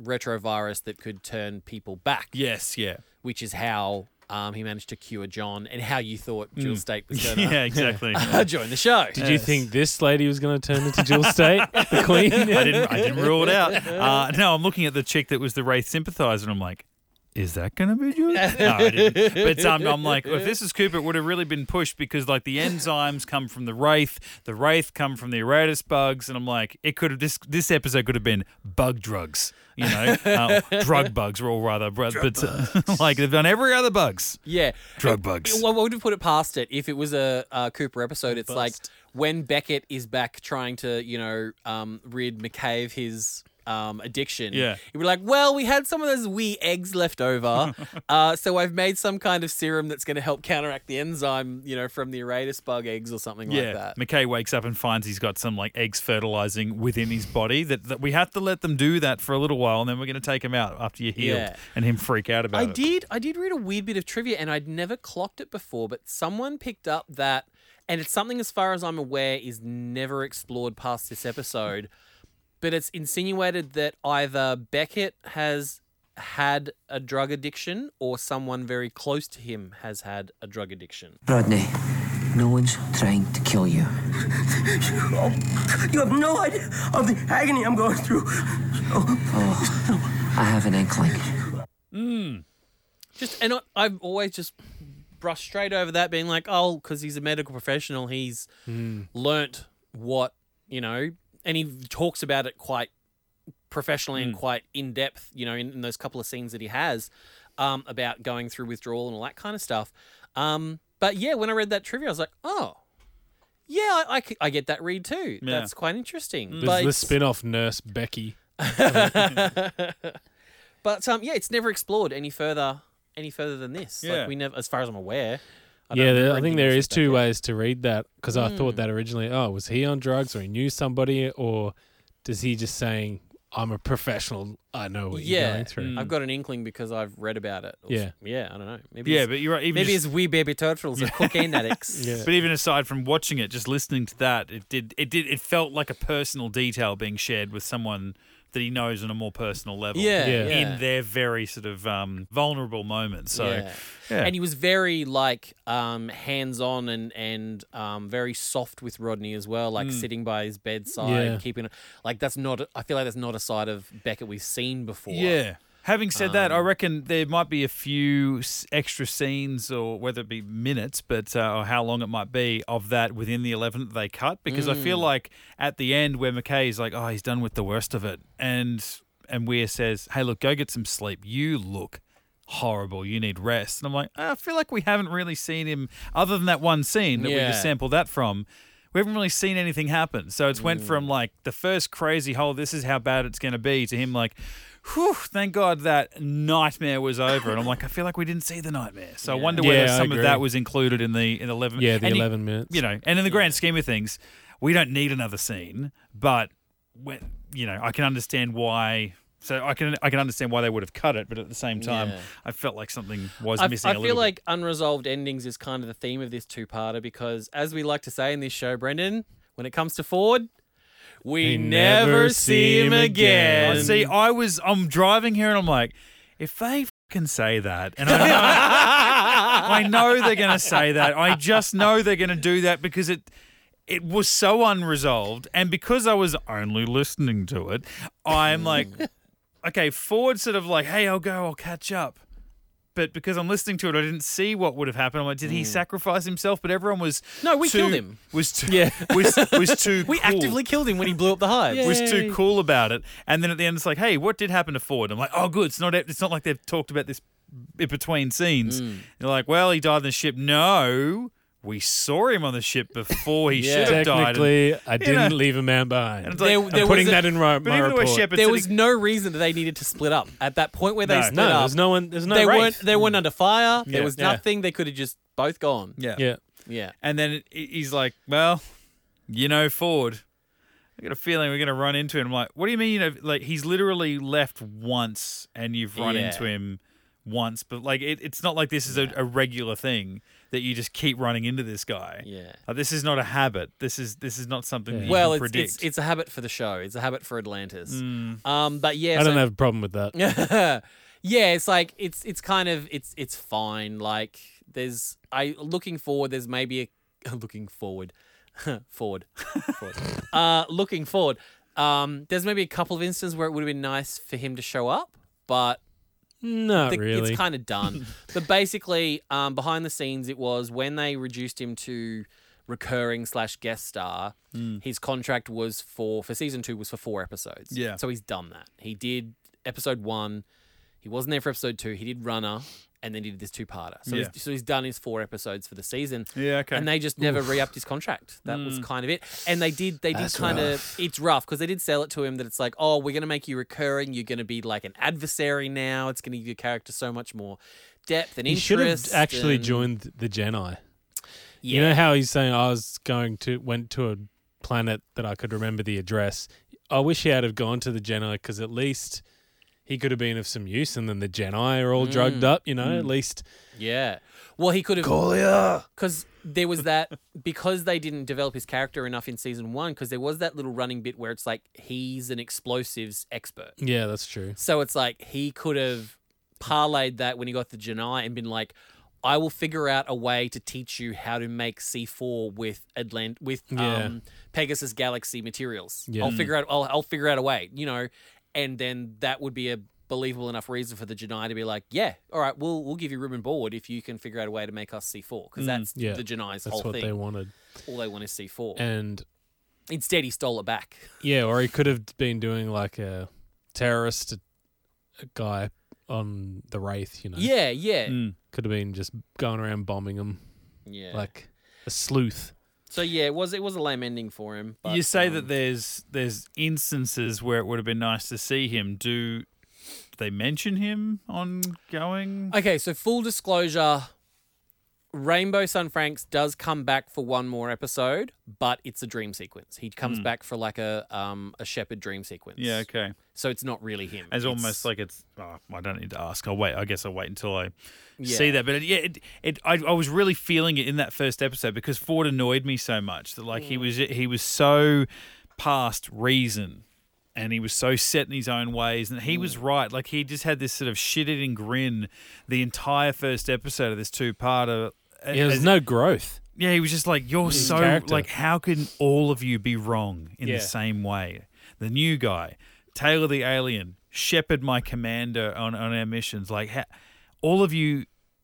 Speaker 2: retrovirus that could turn people back.
Speaker 1: Yes, yeah.
Speaker 2: Which is how um, he managed to cure John and how you thought Jill
Speaker 3: Mm.
Speaker 2: State was going to
Speaker 1: Yeah, exactly.
Speaker 2: join the show.
Speaker 3: Did you think this lady was going to turn into Jill State, the Queen?
Speaker 1: I didn't. I didn't rule it out. Uh, no, I'm looking at the chick that was the Wraith sympathizer, and I'm like, is that going to be you? No, I didn't. But um, I'm like, if this is Cooper, it would have really been pushed because like the enzymes come from the Wraith, the Wraith come from the Eratus bugs, and I'm like, it could have this this episode could have been bug drugs, you know, uh, drug bugs, or all rather, but, but uh, like they've done every other bugs.
Speaker 2: Yeah.
Speaker 1: Drug
Speaker 2: It-
Speaker 1: bugs.
Speaker 2: it- Well, I would have put it past it if it was a, uh Cooper episode. It's like when Beckett is back trying to, you know, um, rid McCabe of his um, addiction.
Speaker 1: Yeah.
Speaker 2: You'd be like, well, we had some of those wee eggs left over. uh, so I've made some kind of serum that's going to help counteract the enzyme, you know, from the Aratus bug eggs or something like that.
Speaker 1: McKay wakes up and finds he's got some like eggs fertilizing within his body. That, that we have to let them do that for a little while, and then we're going to take him out after you're healed,
Speaker 2: Yeah.
Speaker 1: and him freak out about
Speaker 2: I
Speaker 1: it.
Speaker 2: did. I did read a weird bit of trivia, and I'd never clocked it before. But someone picked up that, and it's something, as far as I'm aware, is never explored past this episode. But it's insinuated that either Beckett has had a drug addiction, or someone very close to him has had a drug addiction.
Speaker 12: Rodney, no one's trying to kill you.
Speaker 6: You have no idea of the agony I'm going through.
Speaker 12: I have an inkling.
Speaker 1: Mm.
Speaker 2: Just and I, I've always just brushed straight over that, being like, oh, because he's a medical professional, he's
Speaker 3: Mm.
Speaker 2: learnt what you know, and he talks about it quite professionally and quite in depth. You know, in, in those couple of scenes that he has um, about going through withdrawal and all that kind of stuff. Um, but yeah, when I read that trivia, I was like, oh. Yeah, I, I c- I get that read too.
Speaker 3: Yeah. Hmm.
Speaker 2: That's quite interesting.
Speaker 3: There's
Speaker 2: But
Speaker 3: the spin-off nurse Becky.
Speaker 2: but um, yeah, it's never explored any further, any further than this.
Speaker 3: Yeah.
Speaker 2: Like we never, as far as I'm aware. I don't
Speaker 3: yeah, there,
Speaker 2: remember
Speaker 3: I
Speaker 2: anything
Speaker 3: think there
Speaker 2: else
Speaker 3: is
Speaker 2: about
Speaker 3: two ways to read that because I
Speaker 2: Mm.
Speaker 1: Hmm.
Speaker 3: thought that originally. Oh, was he on drugs or he knew somebody or does he just saying I'm a professional? I know what you're
Speaker 2: yeah,
Speaker 3: going
Speaker 1: mm.
Speaker 3: through.
Speaker 2: I've got an inkling because I've read about it. or
Speaker 3: um, Yeah.
Speaker 2: s- yeah, I don't know. Maybe
Speaker 1: Yeah,
Speaker 2: it's-
Speaker 1: but you're right, even
Speaker 2: maybe
Speaker 1: just-
Speaker 2: it's wee baby turtles are cocaine addicts.
Speaker 1: But even aside from watching it, just listening to that, it did it did it felt like a personal detail being shared with someone that he knows on a more personal level.
Speaker 2: Yeah, Yeah. yeah.
Speaker 1: In their very sort of um, vulnerable moment. So
Speaker 2: yeah.
Speaker 1: yeah.
Speaker 2: and he was very like um, hands on and and um, very soft with Rodney as well, like
Speaker 1: Mm.
Speaker 2: sitting by his bedside,
Speaker 1: Yeah.
Speaker 2: keeping like that's not. I feel like that's not a side of Beckett we've seen before. Um,
Speaker 1: Yeah. Having said that, I reckon there might be a few s- extra scenes, or whether it be minutes, but uh, or how long it might be of that within the eleven that they cut, because I feel
Speaker 2: Mm.
Speaker 1: like at the end where McKay is like, "Oh, he's done with the worst of it," and and Weir says, "Hey, look, go get some sleep. You look horrible. You need rest." And I'm like, "Uh, I feel like we haven't really seen him other than that one scene that we
Speaker 2: Yeah.
Speaker 1: just sampled that from. We haven't really seen anything happen. So it's went
Speaker 2: Mm.
Speaker 1: from like the first crazy hole, this is how bad it's going to be, to him like, whew, thank God that nightmare was over. And I'm like, I feel like we didn't see the nightmare. So I wonder
Speaker 3: Yeah,
Speaker 1: whether
Speaker 3: I
Speaker 1: some of
Speaker 3: agree.
Speaker 1: that was included in the in the 11
Speaker 3: Yeah, the
Speaker 1: and you-
Speaker 3: 11 minutes.
Speaker 1: You know, and in the grand scheme of things, we don't need another scene, but when, you know, I can understand why so I can I can understand why they would have cut it, but at the same time,
Speaker 2: Yeah.
Speaker 1: I felt like something was
Speaker 2: I,
Speaker 1: missing.
Speaker 2: I
Speaker 1: a
Speaker 2: feel
Speaker 1: little bit.
Speaker 2: like unresolved endings is kind of the theme of this two-parter because, as we like to say in this show, Brendan, when it comes to Ford, we never, see him again.
Speaker 1: Oh, See, I was I'm driving here and I'm like, if they can say that, and I know, I know they're going to say that. I just know they're going to do that because it it was so unresolved, and because I was only listening to it, I'm like, okay, Ford sort of like, hey, I'll go, I'll catch up. But because I'm listening to it, I didn't see what would have happened. I'm like, did he sacrifice himself? But everyone was
Speaker 2: Mm. No, we
Speaker 1: too-
Speaker 2: killed him.
Speaker 1: Was too
Speaker 2: Yeah.
Speaker 1: was was too.
Speaker 2: We
Speaker 1: cool
Speaker 2: actively killed him when he blew up the hive.
Speaker 1: was too cool about it. And then at the end, it's like, hey, what did happen to Ford? I'm like, oh, good. It's not. It's not like they've talked about this in between scenes.
Speaker 2: Mm.
Speaker 1: They're like, well, he died on the ship. No, we saw him on the ship before he should have died.
Speaker 3: Technically,
Speaker 1: And,
Speaker 3: I
Speaker 1: you
Speaker 3: didn't
Speaker 1: know,
Speaker 3: leave a man behind.
Speaker 1: and it's like,
Speaker 3: I'm putting that in my,
Speaker 1: but
Speaker 3: my
Speaker 1: even the way
Speaker 3: report.
Speaker 1: Shepard
Speaker 2: there
Speaker 1: said
Speaker 2: was
Speaker 1: he-
Speaker 2: no reason that they needed to split up at that point where they
Speaker 1: No.
Speaker 2: split
Speaker 1: No,
Speaker 2: up.
Speaker 1: there's no one- there's no
Speaker 2: They
Speaker 1: wraith.
Speaker 2: weren't. They weren't under fire. There
Speaker 1: Yeah.
Speaker 2: was
Speaker 1: Yeah.
Speaker 2: nothing. They could have just both gone.
Speaker 1: Yeah.
Speaker 2: Yeah.
Speaker 1: And then it- it- he's like, well, you know, Ford. I got a feeling we're going to run into him. I'm like, what do you mean? You know, like he's literally left once, and you've run
Speaker 2: Yeah.
Speaker 1: into him once, but like it, it's not like this is a, a regular thing that you just keep running into this guy.
Speaker 2: Yeah.
Speaker 1: Like, this is not a habit. This is this is not something. That you
Speaker 2: Well,
Speaker 1: can
Speaker 2: it's,
Speaker 1: predict.
Speaker 2: it's it's a habit for the show. It's a habit for Atlantis.
Speaker 1: Mm.
Speaker 2: Um, but yeah,
Speaker 3: I
Speaker 2: so-
Speaker 3: don't have a problem with that.
Speaker 2: yeah, it's like it's it's kind of it's it's fine. Like there's I looking forward. There's maybe a looking forward, forward, forward. uh, looking forward. Um, there's maybe a couple of instances where it would have been nice for him to show up, but
Speaker 3: Not
Speaker 2: the-
Speaker 3: really.
Speaker 2: It's kind of done. but basically, um, behind the scenes, it was when they reduced him to recurring slash guest star.
Speaker 3: Hmm.
Speaker 1: Mm.
Speaker 2: His contract was for for season two was for four episodes.
Speaker 1: Yeah.
Speaker 2: So he's done that. He did episode one. He wasn't there for episode two. He did runner, and then he did this two parter. So
Speaker 1: Yeah.
Speaker 2: he's, so he's done his four episodes for the season.
Speaker 1: Yeah, okay.
Speaker 2: And they just never
Speaker 1: Oof.
Speaker 2: re upped his contract. That was
Speaker 1: Mm.
Speaker 2: kind of it. And they did they did
Speaker 1: That's
Speaker 2: kind
Speaker 1: rough.
Speaker 2: of it's rough because they did sell it to him that it's like, oh, we're going to make you recurring. You're going to be like an adversary now. It's going to give your character so much more depth and
Speaker 3: he should have
Speaker 2: interest.
Speaker 3: actually
Speaker 2: and-
Speaker 3: joined the Jedi. You
Speaker 2: Yeah.
Speaker 3: know how he's saying I was going to went to a planet that I could remember the address. I wish he had have gone to the Jedi because at least he could have been of some use. And then the Jedi are all drugged
Speaker 2: Mm.
Speaker 3: up. You know, at
Speaker 2: Mm.
Speaker 3: least
Speaker 2: Yeah. Well, he could have.
Speaker 3: Golia.
Speaker 2: Because there was that. Because they didn't develop his character enough in season one, because there was that little running bit where it's like he's an explosives expert.
Speaker 3: yeah, that's true.
Speaker 2: So it's like he could have parlayed that when he got the Janai and been like, I will figure out a way to teach you how to make C4 with Atlant- with
Speaker 3: Yeah.
Speaker 2: um, Pegasus Galaxy materials.
Speaker 3: Yeah.
Speaker 2: I'll
Speaker 3: Mm.
Speaker 2: figure out I'll, I'll figure out a way, you know, and then that would be a believable enough reason for the Janai to be like, yeah, all right, we'll we'll give you room and board if you can figure out a way to make us C4 because
Speaker 3: Mm.
Speaker 2: that's
Speaker 3: Yeah.
Speaker 2: the Janai's
Speaker 3: That's
Speaker 2: whole
Speaker 3: what
Speaker 2: thing.
Speaker 3: they wanted.
Speaker 2: All they want is C4.
Speaker 3: And
Speaker 2: Instead, he stole it back.
Speaker 3: yeah, or he could have been doing like a terrorist a guy on the Wraith. You know.
Speaker 2: Yeah, yeah.
Speaker 1: Mm.
Speaker 3: Could have been just going around bombing them.
Speaker 2: Yeah.
Speaker 3: Like a sleuth.
Speaker 2: So yeah, it was it was a lame ending for him. But,
Speaker 1: you say
Speaker 2: um,
Speaker 1: that there's there's instances where it would have been nice to see him. Do they mention him ongoing?
Speaker 2: Okay, so full disclosure Rainbow Sun Franks does come back for one more episode, but it's a dream sequence. He comes
Speaker 1: Mm.
Speaker 2: back for like a um a shepherd dream sequence.
Speaker 1: Yeah, okay.
Speaker 2: So it's not really him.
Speaker 1: It's almost like it's. Oh, I don't need to ask. I'll wait. I guess I'll wait until I see that. But it, yeah, it, it. I, I was really feeling it in that first episode because Ford annoyed me so much that like he was he was so past reason, and he was so set in his own ways, and he was right. Like he just had this sort of shit-eating grin the entire first episode of this two-parter.
Speaker 3: Yeah, there's no growth.
Speaker 1: Yeah, he was just like, "You're
Speaker 3: His
Speaker 1: so
Speaker 3: character.
Speaker 1: like, how can all of you be wrong in
Speaker 3: Yeah.
Speaker 1: the same way?" The new guy, Taylor the alien, Shepard my commander on on our missions. Like, ha- all of you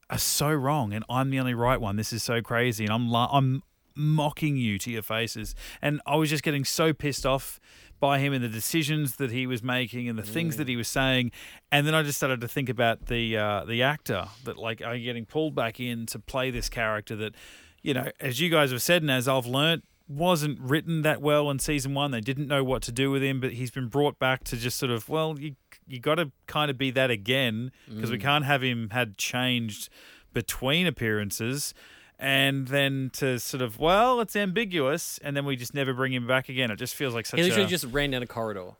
Speaker 1: are so wrong, and I'm the only right one. This is so crazy, and I'm la- I'm mocking you to your faces. And I was just getting so pissed off by him and the decisions that he was making and the things that he was saying. And then I just started to think about the uh, the actor that like are you getting pulled back in to play this character that, you know, as you guys have said and as I've learnt, wasn't written that well in season one. They didn't know what to do with him, but he's been brought back to just sort of well, you you got to kind of be that again because we
Speaker 2: Mm.
Speaker 1: can't have him had changed between appearances and then to sort of well it's ambiguous and then we just never bring him back again it just feels like such
Speaker 2: he literally
Speaker 1: a
Speaker 2: just ran down a corridor.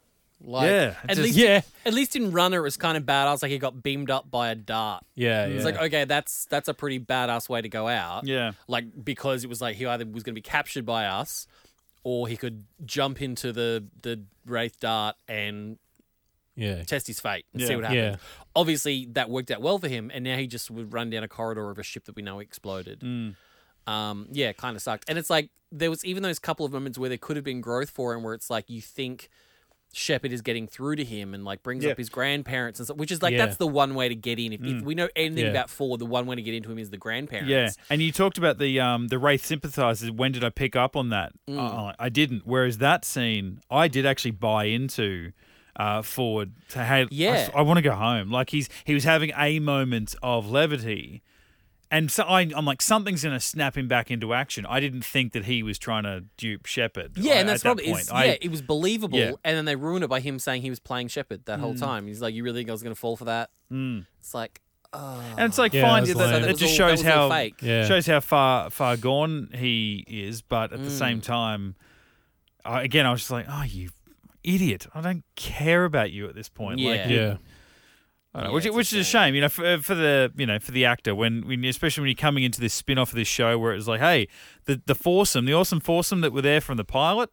Speaker 2: Like,
Speaker 1: Yeah,
Speaker 2: at
Speaker 1: just-
Speaker 2: least
Speaker 1: Yeah.
Speaker 2: at least in Runner it was kind of badass. Like he got beamed up by a dart.
Speaker 3: Yeah,
Speaker 2: it's
Speaker 3: yeah.
Speaker 2: like oh, okay, that's that's a pretty badass way to go out.
Speaker 1: Yeah.
Speaker 2: like because it was like he either was going to be captured by us, or he could jump into the the wraith dart and
Speaker 3: Yeah.
Speaker 2: test his fate and
Speaker 3: Yeah.
Speaker 2: see what
Speaker 3: Yeah.
Speaker 2: happens. Obviously, that worked out well for him, and now he just would run down a corridor of a ship that we know exploded.
Speaker 1: Mm.
Speaker 2: Um, yeah, kind of sucked. And it's like there was even those couple of moments where there could have been growth for him, where it's like you think Shepard is getting through to him and like brings
Speaker 1: Yeah.
Speaker 2: up his grandparents and stuff, which is like
Speaker 1: Yeah.
Speaker 2: that's the one way to get in. If, if
Speaker 1: Mm.
Speaker 2: we know anything
Speaker 1: Yeah.
Speaker 2: about Ford, the one way to get into him is the grandparents.
Speaker 1: Yeah, and you talked about the um the Wraith sympathizers. When did I pick up on that?
Speaker 2: Mm.
Speaker 1: Uh, I didn't. Whereas that scene, I did actually buy into. Uh, Ford to hey, I s-
Speaker 2: Yeah.
Speaker 1: I, want to go home. Like he's he was having a moment of levity, and so I, I'm like something's going to snap him back into action. I didn't think that he was trying to dupe Shepard.
Speaker 2: Yeah,
Speaker 1: I-
Speaker 2: and that's
Speaker 1: at that
Speaker 2: probably is,
Speaker 1: point. I-
Speaker 2: yeah, it was believable,
Speaker 1: Yeah.
Speaker 2: and then they ruined it by him saying he was playing Shepard that whole
Speaker 1: Mm.
Speaker 2: time. He's like, "You really think I was going to fall for that?"
Speaker 1: Mm.
Speaker 2: It's like, oh.
Speaker 1: And it's like
Speaker 2: So
Speaker 1: fine,
Speaker 2: that
Speaker 1: that,
Speaker 2: was
Speaker 1: that,
Speaker 2: all-
Speaker 1: just
Speaker 2: that
Speaker 1: shows
Speaker 2: was all
Speaker 1: how
Speaker 2: fake.
Speaker 1: shows how far far gone he is. But at the
Speaker 2: Mm.
Speaker 1: same time, I, again, I was just like, "Oh, you idiot! I don't care about you at this point."
Speaker 3: Yeah.
Speaker 1: Like, you-
Speaker 3: Yeah.
Speaker 1: I don't know,
Speaker 3: Yeah,
Speaker 1: which
Speaker 3: it's a
Speaker 1: which is a shame, you know, for, for the you know for the actor when, when especially when you're coming into this spin off of this show where it was like, hey, the the foursome, the awesome foursome that were there from the pilot,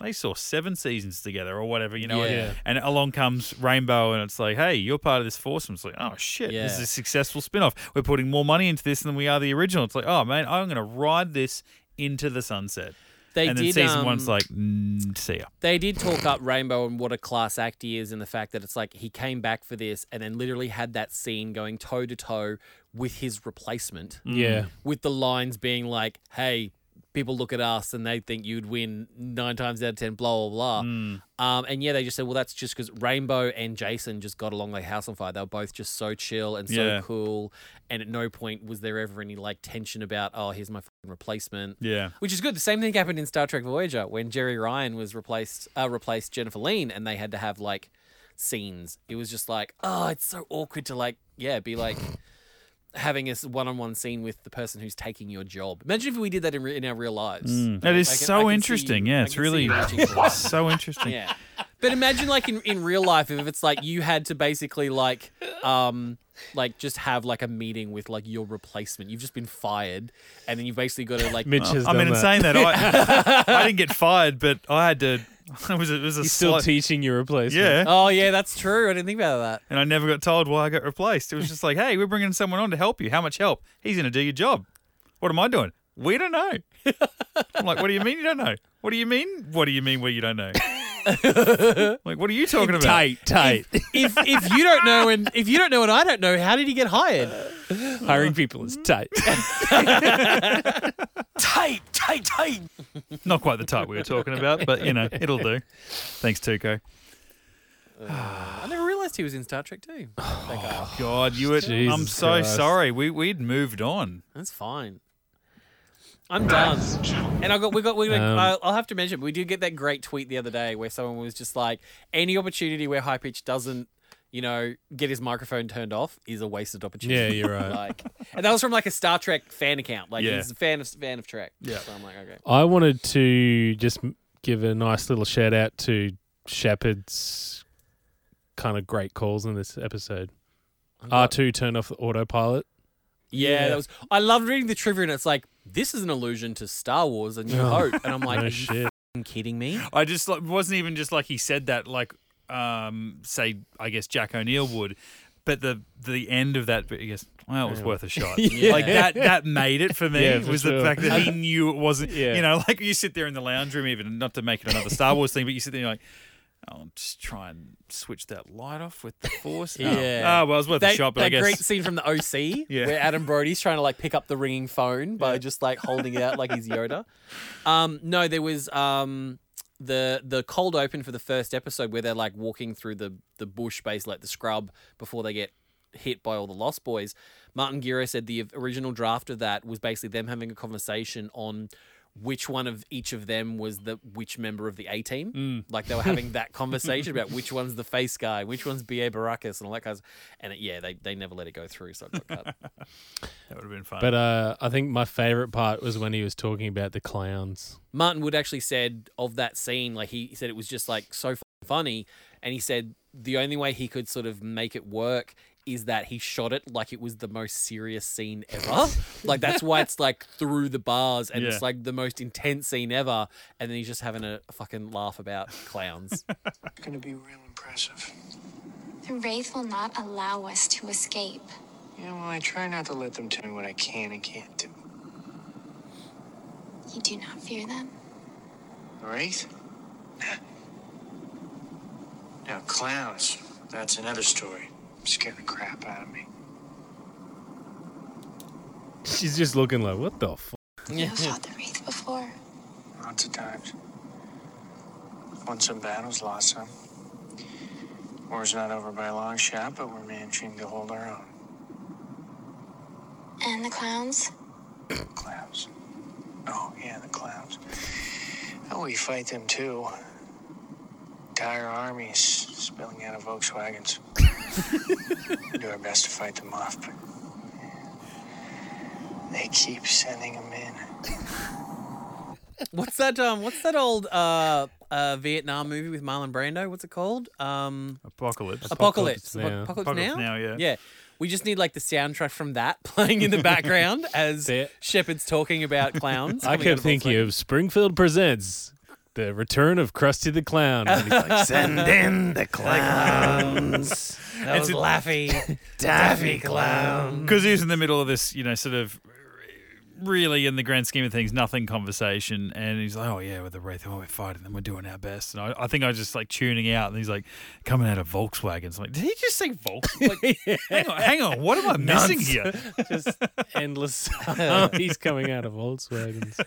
Speaker 1: they saw seven seasons together or whatever, you know, and-
Speaker 2: Yeah.
Speaker 1: and along comes Rainbow and it's like, hey, you're part of this foursome. It's like, oh shit, this is
Speaker 2: Yeah.
Speaker 1: a successful spin off. We're putting more money into this than we are the original. It's like, oh man, I'm going to ride this into the sunset.
Speaker 2: They
Speaker 1: and then
Speaker 2: did,
Speaker 1: season
Speaker 2: um,
Speaker 1: one's like, mm, see ya.
Speaker 2: They did talk up Rainbow and what a class act he is, and the fact that it's like he came back for this and then literally had that scene going toe to toe with his replacement.
Speaker 1: Mm.
Speaker 3: Yeah.
Speaker 2: With the lines being like, hey, people look at us and they think you'd win nine times out of 10, blah, blah, blah.
Speaker 1: Mm.
Speaker 2: Um, and yeah, they just said, well, that's just because Rainbow and Jason just got along like house on fire. They were both just so chill and so
Speaker 1: Yeah.
Speaker 2: cool. And at no point was there ever any like tension about, oh, here's my fucking replacement.
Speaker 1: Yeah.
Speaker 2: Which is good. The same thing happened in Star Trek Voyager when Jerry Ryan was replaced uh, replaced Jennifer Lean and they had to have like scenes. It was just like, oh, it's so awkward to like, yeah, be like having a one on one scene with the person who's taking your job. Imagine if we did that in, re- in our real lives.
Speaker 1: Mm.
Speaker 2: Like,
Speaker 1: That is
Speaker 2: I can- I
Speaker 1: so
Speaker 2: can see
Speaker 1: interesting.
Speaker 2: you-
Speaker 1: yeah,
Speaker 2: I
Speaker 1: it's
Speaker 2: can see
Speaker 1: really
Speaker 2: you reaching for it.
Speaker 1: so interesting.
Speaker 2: Yeah. But imagine like in, in real life if it's like you had to basically like um like just have like a meeting with like your replacement. You've just been fired and then you've basically got to like
Speaker 1: Well, I mean, in saying that, I, I didn't get fired, but I had to. It was a, it was a
Speaker 3: He's still
Speaker 1: slight-
Speaker 3: teaching your replacement.
Speaker 1: Yeah.
Speaker 2: Oh yeah, that's true. I didn't think about that.
Speaker 1: and I never got told why I got replaced. It was just like, hey, we're bringing someone on to help you. How much help? He's going to do your job. What am I doing? We don't know. I'm like, what do you mean you don't know? What do you mean? What do you mean where you don't know? like, what are you talking about?
Speaker 3: Tight, tight.
Speaker 2: If if you don't know and if you don't know and I don't know, how did he get hired?
Speaker 3: Hiring people is tight.
Speaker 2: tight, tight, tight.
Speaker 1: Not quite the type we were talking about, but you know, it'll do. Thanks, Tuco.
Speaker 2: I never realized he was in Star Trek too. That guy.
Speaker 1: God, you were. I'm
Speaker 3: Jesus
Speaker 1: so
Speaker 3: Christ.
Speaker 1: sorry. We we'd moved on.
Speaker 2: That's fine. I'm done. And I got we got we got,
Speaker 1: Um,
Speaker 2: I'll- I'll have to mention we did get that great tweet the other day where someone was just like any opportunity where high pitch doesn't you know get his microphone turned off is a wasted opportunity.
Speaker 3: Yeah, you're right.
Speaker 2: like and that was from like a Star Trek fan account. Like
Speaker 3: Yeah.
Speaker 2: he's a fan of fan of Trek.
Speaker 1: Yeah.
Speaker 2: So I'm like okay.
Speaker 3: I wanted to just m- give a nice little shout out to Shepard's kind of great calls in this episode. R two turn off the autopilot.
Speaker 2: Yeah,
Speaker 3: Yeah.
Speaker 2: that was. I loved reading the trivia, and it's like this is an allusion to Star Wars: A New
Speaker 3: Oh,
Speaker 2: Hope, and I'm like,
Speaker 3: no
Speaker 2: are
Speaker 3: shit.
Speaker 2: you f***ing kidding me?
Speaker 1: I just like, wasn't even just like he said that like um say I guess Jack O'Neill would, but the the end of that bit, I guess well it was
Speaker 3: Yeah.
Speaker 1: worth a shot.
Speaker 3: Yeah.
Speaker 1: Like that that made it for me
Speaker 3: Yeah, for
Speaker 1: was the
Speaker 3: sure.
Speaker 1: fact that he knew it wasn't.
Speaker 3: Yeah.
Speaker 1: You know, like you sit there in the lounge room even not to make it another Star Wars thing, but you sit there and you're like. "Oh, I'll just try and switch that light off with the force. Oh. Oh, well, it was worth
Speaker 2: that,
Speaker 1: a shot, but
Speaker 2: that
Speaker 1: I guess.
Speaker 2: great scene from the OC,
Speaker 1: Yeah.
Speaker 2: where Adam Brody's trying to like pick up the ringing phone by just like holding it out like he's Yoda. Um, no, there was um the the cold open for the first episode where they're like walking through the the bush, basically like the scrub, before they get hit by all the Lost Boys. Martin Giro said the original draft of that was basically them having a conversation on which one of each of them was the which member of the A team.
Speaker 1: Mm.
Speaker 2: Like they were having that conversation about which one's the face guy, which one's B.A. Baracus, and all that kind of And it, yeah, they, they never let it go through, so it got cut.
Speaker 1: that would have been fun.
Speaker 3: But uh, I think my favorite part was when he was talking about the clowns.
Speaker 2: Martin Wood actually said of that scene, like he said it was just like so f- funny, and he said the only way he could sort of make it work is that he shot it like it was the most serious scene ever. like that's why it's like through the bars and
Speaker 1: Yeah.
Speaker 2: it's like the most intense scene ever, and then he's just having a fucking laugh about clowns.
Speaker 14: It's gonna be real impressive. The Wraith will not allow us to escape.
Speaker 15: You know, well, I try not to let them tell me what I can and can't do.
Speaker 14: You do not fear them.
Speaker 15: The Wraith? Now, clowns. That's another story. Scare the crap out of me.
Speaker 3: She's just looking like, what the fuck?
Speaker 14: You have fought the Wraith before.
Speaker 15: Lots of times. Won some battles, lost some. War's not over by a long shot, but we're managing to hold our own.
Speaker 14: And the clowns?
Speaker 15: Clowns. Oh, yeah, the clowns. Oh, we fight them too. Entire armies spilling out of Volkswagens. we do our best to fight them off, but they keep sending them in.
Speaker 2: What's that? Um, what's that old uh, uh, Vietnam movie with Marlon Brando? What's it called? Um,
Speaker 1: Apocalypse.
Speaker 2: Apocalypse.
Speaker 1: Apocalypse Now.
Speaker 2: Apocalypse
Speaker 1: Apocalypse Now,
Speaker 2: now.
Speaker 1: yeah.
Speaker 2: Yeah. We just need like the soundtrack from that playing in the background as Shepard's talking about clowns.
Speaker 3: I
Speaker 2: coming out
Speaker 3: kept
Speaker 2: of all-
Speaker 3: thinking of Springfield Presents The Return of Krusty the Clown. And he's like, send in the clowns.
Speaker 2: Those laffy,
Speaker 1: Daffy
Speaker 2: Mm.
Speaker 1: Clown. Because he was in the middle of this, you know, sort of really in the grand scheme of things, nothing conversation. And he's like, oh, yeah, with the Wraith, oh, we're fighting them, we're doing our best. And I, I think I was just like tuning out. And he's like, coming out of Volkswagens. I'm like, did he just say Volkswagen? Like, hang, on, hang on, what am I missing here?
Speaker 3: Just endless. He's coming out of Volkswagens.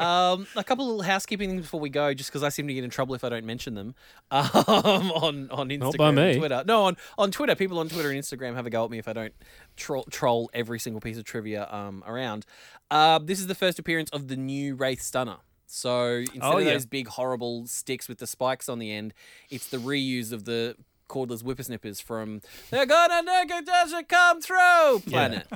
Speaker 2: Um, a couple little housekeeping things before we go, just because I seem to get in trouble if I don't mention them um, on on Instagram,
Speaker 3: Not by
Speaker 2: and
Speaker 3: me.
Speaker 2: Twitter. No, on on Twitter, people on Twitter and Instagram have a go at me if I don't troll, troll every single piece of trivia um, around. Uh, this is the first appearance of the new Wraith Stunner. So instead
Speaker 1: Oh,
Speaker 2: of
Speaker 1: yeah.
Speaker 2: those big horrible sticks with the spikes on the end, it's the reuse of the cordless whippersnippers from They're Gonna Make It Doesn't Come Through Planet.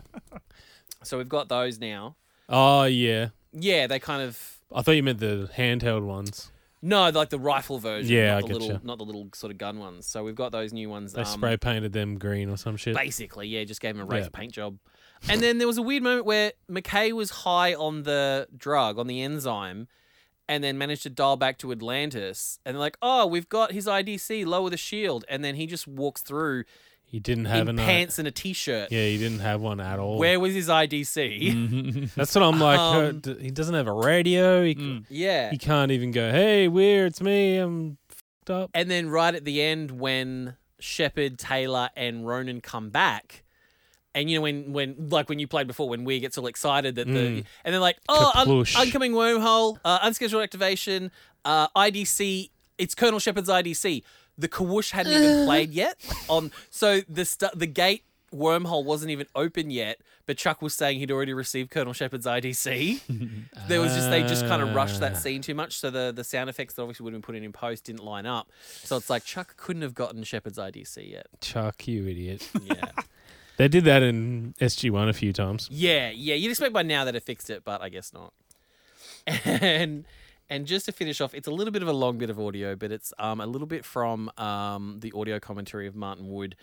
Speaker 2: so we've got those now.
Speaker 3: Oh, yeah.
Speaker 2: Yeah, they kind of
Speaker 3: I thought you meant the handheld ones.
Speaker 2: no, like the rifle version.
Speaker 3: Yeah,
Speaker 2: not
Speaker 3: I
Speaker 2: the
Speaker 3: getcha.
Speaker 2: little, not the little sort of gun ones. So we've got those new ones.
Speaker 3: They
Speaker 2: um,
Speaker 3: spray painted them green or some shit.
Speaker 2: Basically, yeah, just gave him a wraith
Speaker 3: Yeah.
Speaker 2: paint job. And then there was a weird moment where McKay was high on the drug, on the enzyme, and then managed to dial back to Atlantis. And like, oh, we've got his IDC, lower the shield. And then he just walks through
Speaker 3: He didn't have
Speaker 2: in
Speaker 3: an uh,
Speaker 2: pants and a t shirt.
Speaker 3: Yeah, Mm-hmm. he didn't have one at all.
Speaker 2: Where was his IDC?
Speaker 3: That's what I'm like. uh,
Speaker 2: Um, Mm.
Speaker 3: d- he doesn't have a radio. He, c-
Speaker 2: Yeah.
Speaker 3: He can't even go, hey, we're, it's me. I'm fucked up.
Speaker 2: And then right at the end, when Shepard, Taylor, and Ronan come back, and you know when when like when you played before, when we gets all excited that the
Speaker 3: Mm.
Speaker 2: and they're like, oh, un-
Speaker 3: Kaplush.
Speaker 2: oncoming wormhole, uh, unscheduled activation, uh, IDC. It's Colonel Shepard's IDC. The Kawush hadn't even
Speaker 16: Ugh.
Speaker 2: played yet. On so the st- the gate wormhole wasn't even open yet, but Chuck was saying he'd already received Colonel Shepard's IDC. there was just they just kind of rushed that
Speaker 3: Ah.
Speaker 2: scene too much, so the the sound effects that obviously would have been put in in post didn't line up. So it's like Chuck couldn't have gotten Shepard's IDC yet.
Speaker 3: Chuck, you idiot.
Speaker 2: Yeah.
Speaker 3: they did that in SG1 a few times.
Speaker 2: Yeah, yeah. You'd expect by now that it fixed it, but I guess not. And and just to finish off, it's a little bit of a long bit of audio, but it's um a little bit from um the audio commentary of Martin Wood.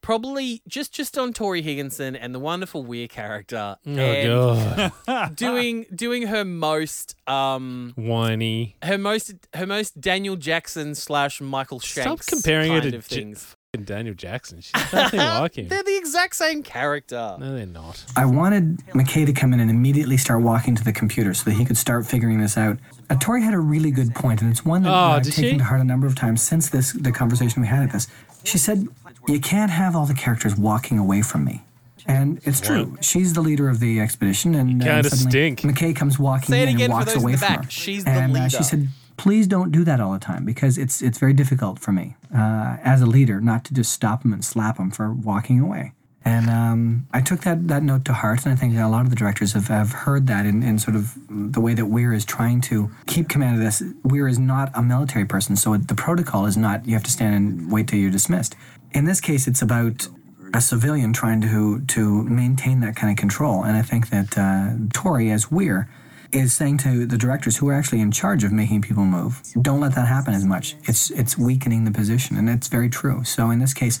Speaker 2: Probably just just on Tori Higginson and the wonderful Weir character.
Speaker 3: Oh,
Speaker 2: and doing doing her most um
Speaker 3: Whiny.
Speaker 2: her most her most Daniel Jackson slash Michael Shanks
Speaker 3: Stop comparing
Speaker 2: kind
Speaker 3: her to
Speaker 2: of
Speaker 3: Ja-
Speaker 2: things.
Speaker 3: fucking Daniel Jackson. She's nothing like him.
Speaker 2: They're the exact same character.
Speaker 3: No, they're not.
Speaker 9: I wanted McKay to come in and immediately start walking to the computer so that he could start figuring this out. Uh, Tori had a really good point, and it's one that
Speaker 3: Oh,
Speaker 9: I've
Speaker 3: did
Speaker 9: taken
Speaker 3: she?
Speaker 9: to heart a number of times since this the conversation we had at this. She said, "You can't have all the characters walking away from me." And it's true. She's the leader of the expedition, and uh,
Speaker 3: Kinda
Speaker 9: suddenly
Speaker 3: stink.
Speaker 9: McKay comes walking
Speaker 2: Say it
Speaker 9: in
Speaker 2: again
Speaker 9: and
Speaker 2: for
Speaker 9: walks
Speaker 2: those in
Speaker 9: away
Speaker 2: the
Speaker 9: from
Speaker 2: back.
Speaker 9: her.
Speaker 2: She's the
Speaker 9: and uh,
Speaker 2: leader.
Speaker 9: she said, "Please don't do that all the time because it's it's very difficult for me uh, as a leader not to just stop him and slap him for walking away." And um, I took that, that note to heart, and I think that a lot of the directors have, have heard that in, in sort of the way that Weir is trying to keep command of this. Weir is not a military person, so the protocol is not you have to stand and wait till you're dismissed. In this case, it's about a civilian trying to to maintain that kind of control. And I think that uh, Tory, as Weir, is saying to the directors who are actually in charge of making people move, don't let that happen as much. It's it's weakening the position, and it's very true. So in this case,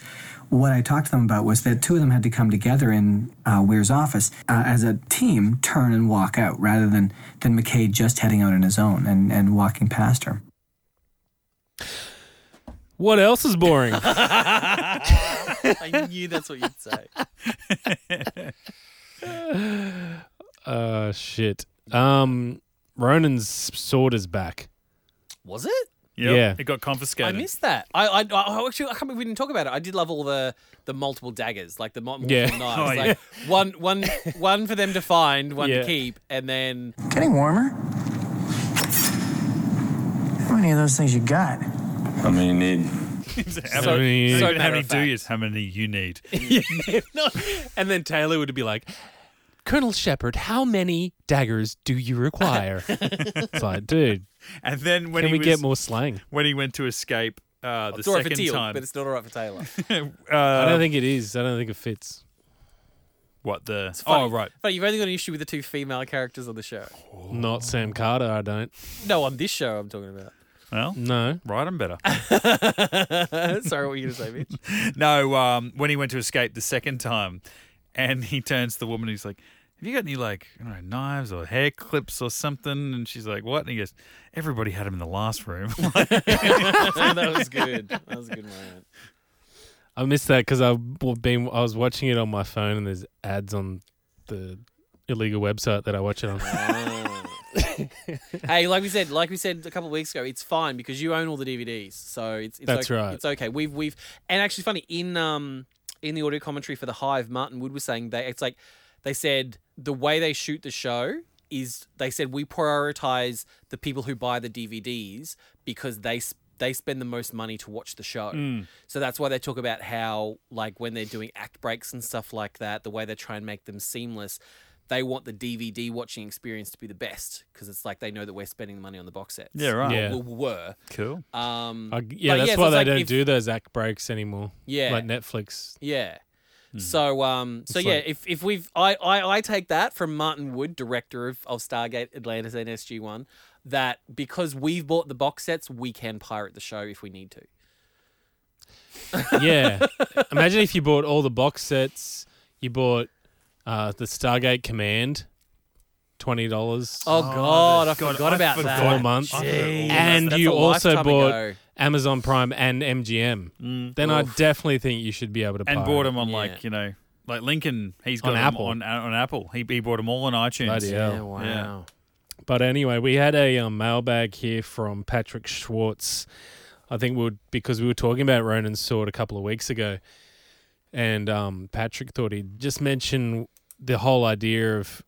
Speaker 9: what I talked to them about was that two of them had to come together in uh, Weir's office uh, as a team, turn and walk out, rather than than McKay just heading out on his own and and walking past her.
Speaker 3: What else is boring?
Speaker 2: I knew that's what you'd say.
Speaker 3: uh shit. Um Ronan's sword is back.
Speaker 2: Was it?
Speaker 1: Yep,
Speaker 3: Yeah.
Speaker 1: It got confiscated.
Speaker 2: I missed that. I, I, I actually I can't believe we didn't talk about it. I did love all the the multiple daggers, like the mul- multiple
Speaker 3: Yeah.
Speaker 2: knives,
Speaker 3: Oh,
Speaker 2: like one one one for them to find, one to keep, and then
Speaker 6: Getting warmer. How many of those things you got?
Speaker 1: How many need? how
Speaker 2: So-
Speaker 1: many,
Speaker 2: so
Speaker 1: not even how
Speaker 2: matter
Speaker 1: many
Speaker 2: of
Speaker 1: do you? it's How many you need?
Speaker 3: No. And then Taylor would be like, Colonel Shepard, how many daggers do you require? it's like, dude,
Speaker 1: And then when
Speaker 3: can
Speaker 1: he
Speaker 3: we get
Speaker 1: was-
Speaker 3: more slang?
Speaker 1: When he went to escape uh, the
Speaker 2: it's all right for
Speaker 1: second
Speaker 2: Teal,
Speaker 1: time,
Speaker 2: but it's not all right for Taylor.
Speaker 1: uh,
Speaker 3: I don't think it is. I don't think it fits.
Speaker 1: what the?
Speaker 2: Funny.
Speaker 1: Oh right.
Speaker 2: But you've only got an issue with the two female characters on the show.
Speaker 3: Not Sam Carter, I don't.
Speaker 2: No, on this show I'm talking about.
Speaker 1: Well,
Speaker 3: No.
Speaker 1: right, I'm better.
Speaker 2: Sorry, what were you going to say, Mitch?
Speaker 1: no, um, when he went to escape the second time, and he turns to the woman, he's like, "Have you got any like I don't know, knives or hair clips or something?" And she's like, "What?" And he goes, "Everybody had them in the last room."
Speaker 2: that was good. That was a good moment.
Speaker 3: I missed that because I've been I was watching it on my phone and there's ads on the illegal website that I watch it on.
Speaker 2: hey, like we said, like we said a couple of weeks ago, it's fine because you own all the DVDs, so it's, it's
Speaker 3: That's
Speaker 2: okay.
Speaker 3: right.
Speaker 2: It's okay. We've we've and actually funny in um in the audio commentary for the Hive, Martin Wood was saying they it's like they said the way they shoot the show is they said we prioritize the people who buy the DVDs because they. s they spend the most money to watch the show.
Speaker 1: Mm.
Speaker 2: So that's why they talk about how, like, when they're doing act breaks and stuff like that, the way they try and make them seamless, they want the DVD watching experience to be the best because it's like they know that we're spending the money on the box sets.
Speaker 1: Yeah, right.
Speaker 2: Or
Speaker 3: Yeah.
Speaker 2: we were.
Speaker 1: Cool.
Speaker 2: Um,
Speaker 3: I, yeah,
Speaker 2: but
Speaker 3: that's
Speaker 2: so
Speaker 3: why
Speaker 2: it's
Speaker 3: they
Speaker 2: like
Speaker 3: don't
Speaker 2: if-
Speaker 3: do those act breaks anymore.
Speaker 2: Yeah.
Speaker 3: like Netflix.
Speaker 2: Yeah. So um so
Speaker 3: Mm-hmm. It's
Speaker 2: yeah
Speaker 3: like-
Speaker 2: if if we've I, I I take that from Martin Wood director of, of Stargate Atlantis and SG One that because we've bought the box sets we can pirate the show if we need to
Speaker 3: yeah, imagine if you bought all the box sets. You bought uh, the Stargate Command, twenty dollars.
Speaker 2: Oh, God, I forgot about that.
Speaker 3: Four months,
Speaker 2: Jeez.
Speaker 3: and
Speaker 2: That's
Speaker 3: you
Speaker 2: a
Speaker 3: also
Speaker 2: lifetime
Speaker 3: bought
Speaker 2: ago.
Speaker 3: Amazon Prime and MGM.
Speaker 1: Mm.
Speaker 3: Then I
Speaker 1: Oof.
Speaker 3: definitely think you should be able to.
Speaker 1: and
Speaker 3: pirate.
Speaker 1: bought them on like you know like Lincoln. He's got
Speaker 3: On
Speaker 1: 'em
Speaker 3: Apple.
Speaker 1: on on Apple. He he bought them all on iTunes.
Speaker 3: Bloody hell. Yeah, Oh, wow. But anyway, we had a um, mailbag here from Patrick Schwartz. I think we would because we were talking about Ronan's sword a couple of weeks ago, and um, Patrick thought he'd just mention the whole idea of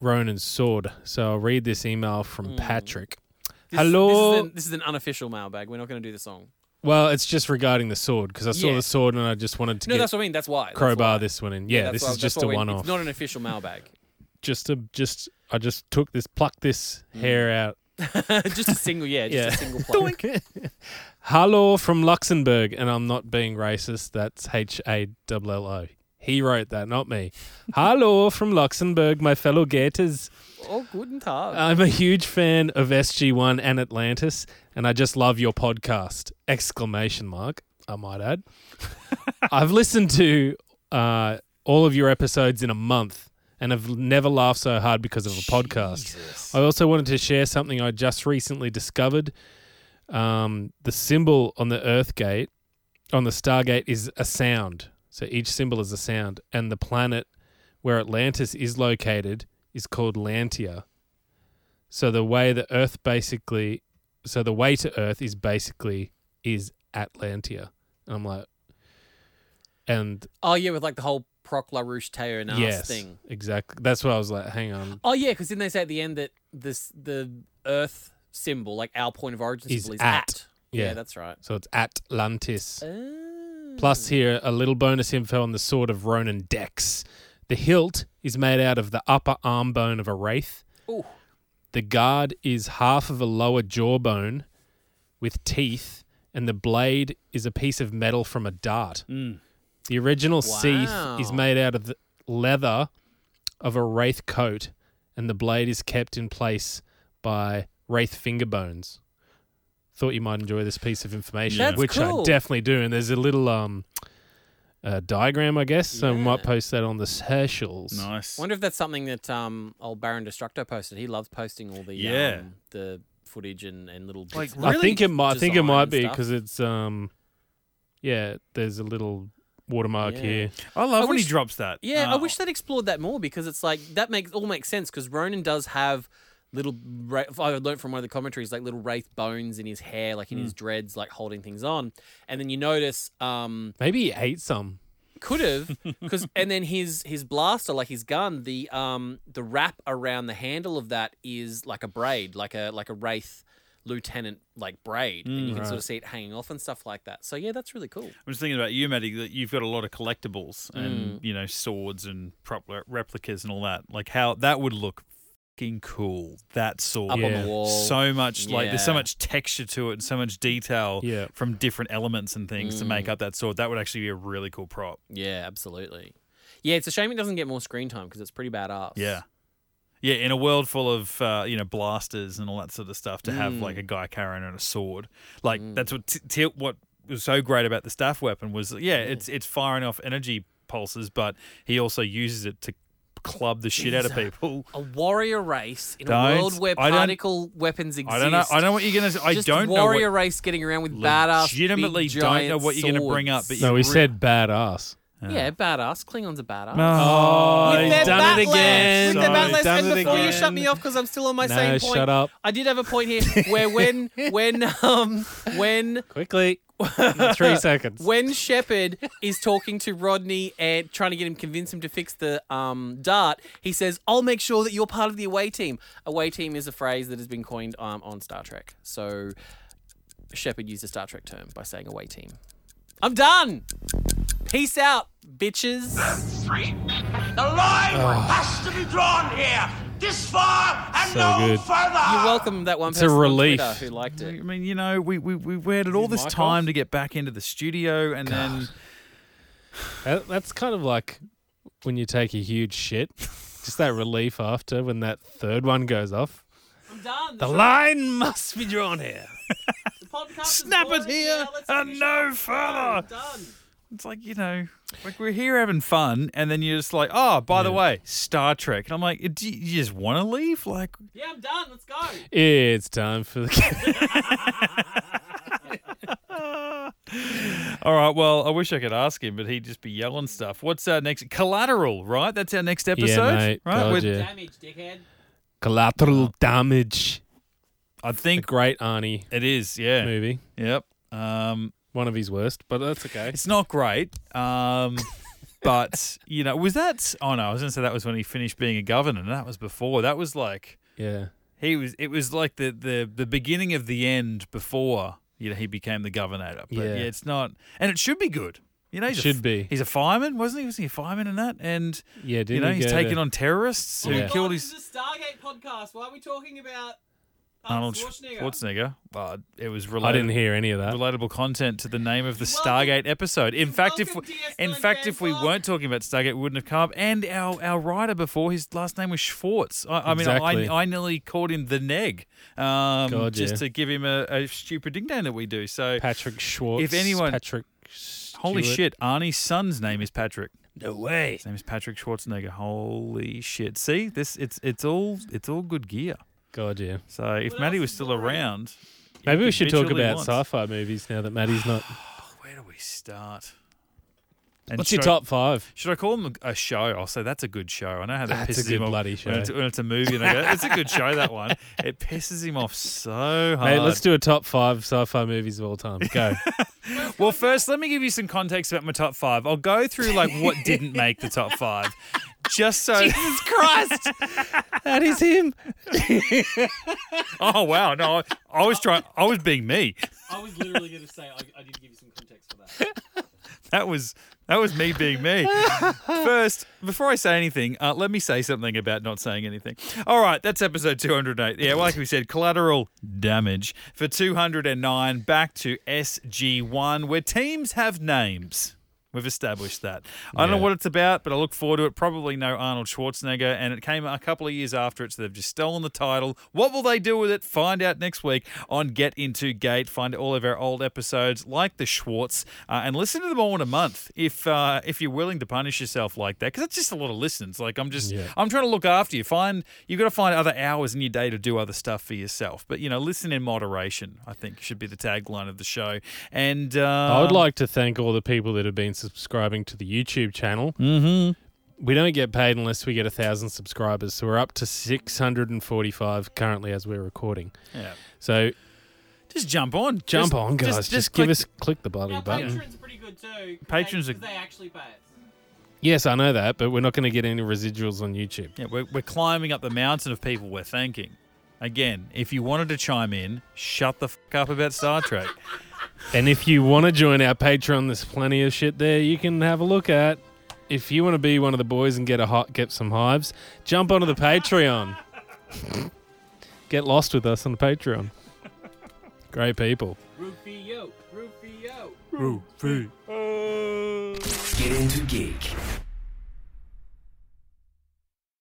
Speaker 3: Ronan's sword. So I'll read this email from Patrick.
Speaker 2: Hmm. This-
Speaker 3: Hello.
Speaker 2: this is, an, this is an unofficial mailbag we're not going to do the song
Speaker 3: well, it's just regarding the sword because I saw
Speaker 2: Yeah.
Speaker 3: the sword and I just wanted to
Speaker 2: no
Speaker 3: get
Speaker 2: that's what I mean that's why that's
Speaker 3: crowbar
Speaker 2: why.
Speaker 3: this one in. Yeah,
Speaker 2: that's
Speaker 3: this
Speaker 2: why-
Speaker 3: is
Speaker 2: that's
Speaker 3: just
Speaker 2: why
Speaker 3: a
Speaker 2: we-
Speaker 3: one-off.
Speaker 2: it's not an official mailbag
Speaker 3: just to just I just took this plucked this
Speaker 2: Hmm.
Speaker 3: hair out.
Speaker 2: just a single yeah just
Speaker 3: Yeah.
Speaker 2: a single plug
Speaker 3: Hello from Luxembourg, and I'm not being racist. That's H A L L O. He wrote that, not me. Hello from Luxembourg, my fellow Gators.
Speaker 2: oh guten tag
Speaker 3: I'm a huge fan of SG1 and Atlantis, and I just love your podcast! Exclamation mark, I might add. I've listened to uh, all of your episodes in a month and have never laughed so hard because of a podcast. I also wanted to share something I just recently discovered. Um, the symbol on the Earth Gate, on the Stargate, is a sound. So each symbol is a sound, and the planet where Atlantis is located is called Lantia. So the way the Earth basically, so the way to Earth is basically is Atlantia, and I'm like, and
Speaker 2: oh yeah with like the whole Proc LaRouche Teonas
Speaker 3: yes,
Speaker 2: thing
Speaker 3: exactly. That's what I was like. Hang on,
Speaker 2: Oh yeah, because didn't they say at the end that this the Earth symbol, like our point of origin
Speaker 3: is
Speaker 2: symbol, is
Speaker 3: at.
Speaker 2: at. Yeah. that's right. Ah.
Speaker 3: So it's Atlantis. Plus, here a little bonus info on the sword of Ronan Dex. The hilt is made out of the upper arm bone of a wraith.
Speaker 2: Ooh.
Speaker 3: The guard is half of a lower jawbone with teeth, and the blade is a piece of metal from a dart. The original sheath
Speaker 2: Hmm.
Speaker 3: is
Speaker 2: Wow.
Speaker 3: made out of the leather of a wraith coat, and the blade is kept in place by wraith finger bones. Thought you might enjoy this piece of information,
Speaker 2: That's
Speaker 3: which
Speaker 2: cool.
Speaker 3: I definitely do. And there's a little um, uh, diagram, I guess, so we might post that on the socials.
Speaker 1: Nice.
Speaker 2: Wonder if that's something that um old Baron Destructo posted. He loves posting all the
Speaker 1: Yeah.
Speaker 2: um, the footage and, and little
Speaker 1: Like,
Speaker 2: bits of
Speaker 3: I think it might. I think it
Speaker 2: design
Speaker 3: might
Speaker 2: and
Speaker 3: be
Speaker 2: stuff.
Speaker 3: because it's um, yeah. There's a little watermark
Speaker 2: Yeah.
Speaker 3: here.
Speaker 1: I love when he
Speaker 2: wish-
Speaker 1: drops that. Uh,
Speaker 2: Yeah, I wish they'd explored that more because it's like that makes all makes sense because Ronan does have little. Ra- I learned from one of the commentaries like little wraith bones in his hair, like in his dreads, like holding things on. And then you notice, um,
Speaker 3: Maybe he ate some.
Speaker 2: could have because and then his his blaster, like his gun, the um the wrap around the handle of that is like a braid, like a like a wraith lieutenant like braid, and
Speaker 1: Mm.
Speaker 2: you can sort
Speaker 1: Right.
Speaker 2: of see it hanging off and stuff like that. So yeah, that's really cool.
Speaker 1: I'm just thinking about you, Maddie, that you've got a lot of collectibles
Speaker 2: Mm.
Speaker 1: and, you know, swords and prop replicas and all that. Like, how that would look fucking cool. That sword.
Speaker 2: Up on the Yeah. wall.
Speaker 1: So much, like, there's so
Speaker 2: Yeah.
Speaker 1: much texture to it and so much detail
Speaker 3: Yeah.
Speaker 1: from different elements and things to
Speaker 2: Mm.
Speaker 1: make up that sword. That would actually be a really cool prop.
Speaker 2: Yeah, absolutely. Yeah, it's a shame it doesn't get more screen time because it's pretty badass.
Speaker 1: Yeah. Yeah, in a world full of uh, you know blasters and all that sort of stuff, to have
Speaker 2: Mm.
Speaker 1: like a guy carrying on a sword, like that's what t- t- what was so great about the staff weapon was yeah,
Speaker 2: Mm.
Speaker 1: it's it's firing off energy pulses, but he also uses it to club the shit out of
Speaker 2: Jeez, a-
Speaker 1: people.
Speaker 2: A warrior race in
Speaker 1: Don't-
Speaker 2: a world where
Speaker 1: I don't-
Speaker 2: particle weapons exist.
Speaker 1: I don't know- I know what you're gonna- I
Speaker 2: Just
Speaker 1: don't know what-
Speaker 2: warrior race getting around with badass.
Speaker 1: Legitimately
Speaker 2: big,
Speaker 1: don't know
Speaker 2: giant
Speaker 1: what you're gonna bring up,
Speaker 2: swords.
Speaker 1: but
Speaker 3: No,
Speaker 1: you
Speaker 3: he
Speaker 1: re-
Speaker 3: said badass.
Speaker 2: yeah, badass. Klingons are badass.
Speaker 3: Oh,
Speaker 2: With
Speaker 3: he's
Speaker 2: their
Speaker 3: done it
Speaker 2: batlets,
Speaker 3: again.
Speaker 2: With their
Speaker 3: Sorry,
Speaker 2: batlets.
Speaker 3: done
Speaker 2: and
Speaker 3: it
Speaker 2: before you
Speaker 3: again.
Speaker 2: shut me off because I'm still on my
Speaker 3: No,
Speaker 2: same point.
Speaker 3: shut up.
Speaker 2: I did have a point here where when when um when
Speaker 3: Quickly, three seconds.
Speaker 2: when Shepard is talking to Rodney and trying to get him convince him to fix the um, dart, he says, "I'll make sure that you're part of the away team." Away team is a phrase that has been coined um, on Star Trek. So Shepard used a Star Trek term by saying away team. I'm done. Peace out, bitches.
Speaker 16: The line has to be drawn here. This far and
Speaker 3: Ah.
Speaker 16: no
Speaker 3: So good.
Speaker 16: further.
Speaker 2: You're welcome. That one
Speaker 3: It's a
Speaker 2: person on
Speaker 3: relief.
Speaker 2: Twitter who liked it.
Speaker 1: I mean, you know, we we we waited all this
Speaker 2: mic
Speaker 1: time to get back into the studio, and then
Speaker 3: That, that's kind of like when you take a huge shit. Just that relief after when that third one goes off.
Speaker 2: I'm done.
Speaker 3: The line must be drawn here.
Speaker 1: snap it here and no further. It's like you know, like we're here having fun, and then you're just like, oh, by the way, Star Trek, and I'm like, do you, you just want to leave? Like,
Speaker 2: Yeah, I'm done. Let's go.
Speaker 3: It's time for the.
Speaker 1: all right, well, I wish I could ask him, but he'd just be yelling stuff. What's our next Collateral? Right, that's our next episode,
Speaker 3: mate,
Speaker 1: right?
Speaker 3: told
Speaker 1: With- Oh.
Speaker 3: ya.
Speaker 2: Damage, dickhead.
Speaker 3: Collateral damage.
Speaker 1: I think
Speaker 3: great Arnie.
Speaker 1: It is, yeah.
Speaker 3: Movie.
Speaker 1: Yep. Um,
Speaker 3: one of his worst, but that's okay.
Speaker 1: It's not great. Um, but you know, was that? Oh no, I was going to say that was when he finished being a governor. and That was before. That was like
Speaker 3: Yeah.
Speaker 1: he was. It was like the the the beginning of the end before you know he became the governor. But yeah,
Speaker 3: Yeah.
Speaker 1: it's not, and it should be good. You know, he's a
Speaker 3: Should
Speaker 1: f-
Speaker 3: be.
Speaker 1: He's a fireman, wasn't he? Wasn't he a fireman in that? And
Speaker 3: Yeah,
Speaker 1: you
Speaker 3: didn't
Speaker 1: know,
Speaker 3: he
Speaker 1: he's
Speaker 3: go
Speaker 1: taking
Speaker 3: to-
Speaker 1: on terrorists who
Speaker 3: Yeah. Oh my
Speaker 1: killed his
Speaker 2: a Stargate podcast. Why are we talking about um,
Speaker 1: Arnold Schwarzenegger. Uh, it was relatable.
Speaker 3: I didn't hear any of that.
Speaker 1: Relatable content to the name of the Stargate episode. In fact, if we, in fact, if we weren't talking about Stargate, it wouldn't have come up. And our, our writer before his last name was Schwartz. I, I
Speaker 3: Exactly.
Speaker 1: mean, I, I nearly called him the Neg, um,
Speaker 3: God,
Speaker 1: just
Speaker 3: yeah.
Speaker 1: to give him a, a stupid ding dang that we do. So
Speaker 3: Patrick Schwartz.
Speaker 1: If anyone,
Speaker 3: Patrick.
Speaker 1: holy
Speaker 3: Stewart.
Speaker 1: shit, Arnie's son's name is Patrick.
Speaker 3: No way.
Speaker 1: His name is Patrick Schwarzenegger. Holy shit! See this? It's it's all it's all good gear.
Speaker 3: God, yeah.
Speaker 1: So if Maddie was still around, you
Speaker 3: Maybe we
Speaker 1: could
Speaker 3: should
Speaker 1: bitch
Speaker 3: talk
Speaker 1: all you
Speaker 3: about
Speaker 1: want.
Speaker 3: sci-fi movies now that Maddie's not.
Speaker 1: Where do we start?
Speaker 3: What's your
Speaker 1: should I-
Speaker 3: top five?
Speaker 1: Should I call them a show? I'll say that's a good show. I know how that
Speaker 3: That's a
Speaker 1: pisses
Speaker 3: good
Speaker 1: him off
Speaker 3: bloody
Speaker 1: When it's,
Speaker 3: show.
Speaker 1: when it's a movie, and I go, "It's a good show." That one, it pisses him off so hard.
Speaker 3: Mate, let's do a top five sci-fi movies of all time. Go.
Speaker 1: Well, first, let me give you some context about my top five. I'll go through like what didn't make the top five, just so.
Speaker 3: Jesus Christ! that is him.
Speaker 1: oh wow! No, I, I was trying. I was being me.
Speaker 2: I was literally going to say I, I did give you some context for that.
Speaker 1: That was that was me being me. First, before I say anything, uh, let me say something about not saying anything. All right, that's episode 208. Yeah, like we said, collateral damage for 209. Back to SG1, where teams have names. We've established that. I don't know
Speaker 17: Yeah.
Speaker 1: what it's about, but I look forward to it. Probably no Arnold Schwarzenegger, and it came a couple of years after it, so they've just stolen the title. What will they do with it? Find out next week on Get Into Gate. Find all of our old episodes, like the Schwartz, uh, and listen to them all in a month if uh, if you're willing to punish yourself like that, because that's just a lot of listens. Like I'm just, I'm trying to look after you. Find you've got to find other hours in your day to do other stuff for yourself. But you know, listen in moderation. I think should be the tagline of the show. And uh,
Speaker 3: I would like to thank all the people that have been subscribing to the YouTube channel.
Speaker 1: Mm-hmm.
Speaker 3: We don't get paid unless we get a thousand subscribers, so we're up to six hundred and forty-five currently as we're recording.
Speaker 1: Yeah.
Speaker 3: So
Speaker 1: just jump on,
Speaker 3: jump
Speaker 1: Just-
Speaker 3: on, guys.
Speaker 1: just-
Speaker 3: Just,
Speaker 1: just
Speaker 3: give
Speaker 1: click-
Speaker 3: us click the bloody button.
Speaker 18: Patron's pretty good too. 'cause
Speaker 1: Patrons
Speaker 18: they,
Speaker 1: are-
Speaker 18: 'cause they actually pay us.
Speaker 3: Yes, I know that, but we're not going to get any residuals on YouTube.
Speaker 1: Yeah, we're, we're climbing up the mountain of people we're thanking. Again, if you wanted to chime in, shut the f- up about Star Trek.
Speaker 3: And if you want to join our Patreon, there's plenty of shit there you can have a look at. If you want to be one of the boys and get a hot, get some hives, jump onto the Patreon. get lost with us on the Patreon. Great people.
Speaker 18: Rufio, Rufio.
Speaker 3: Rufio.
Speaker 18: Oh.
Speaker 19: Get into geek.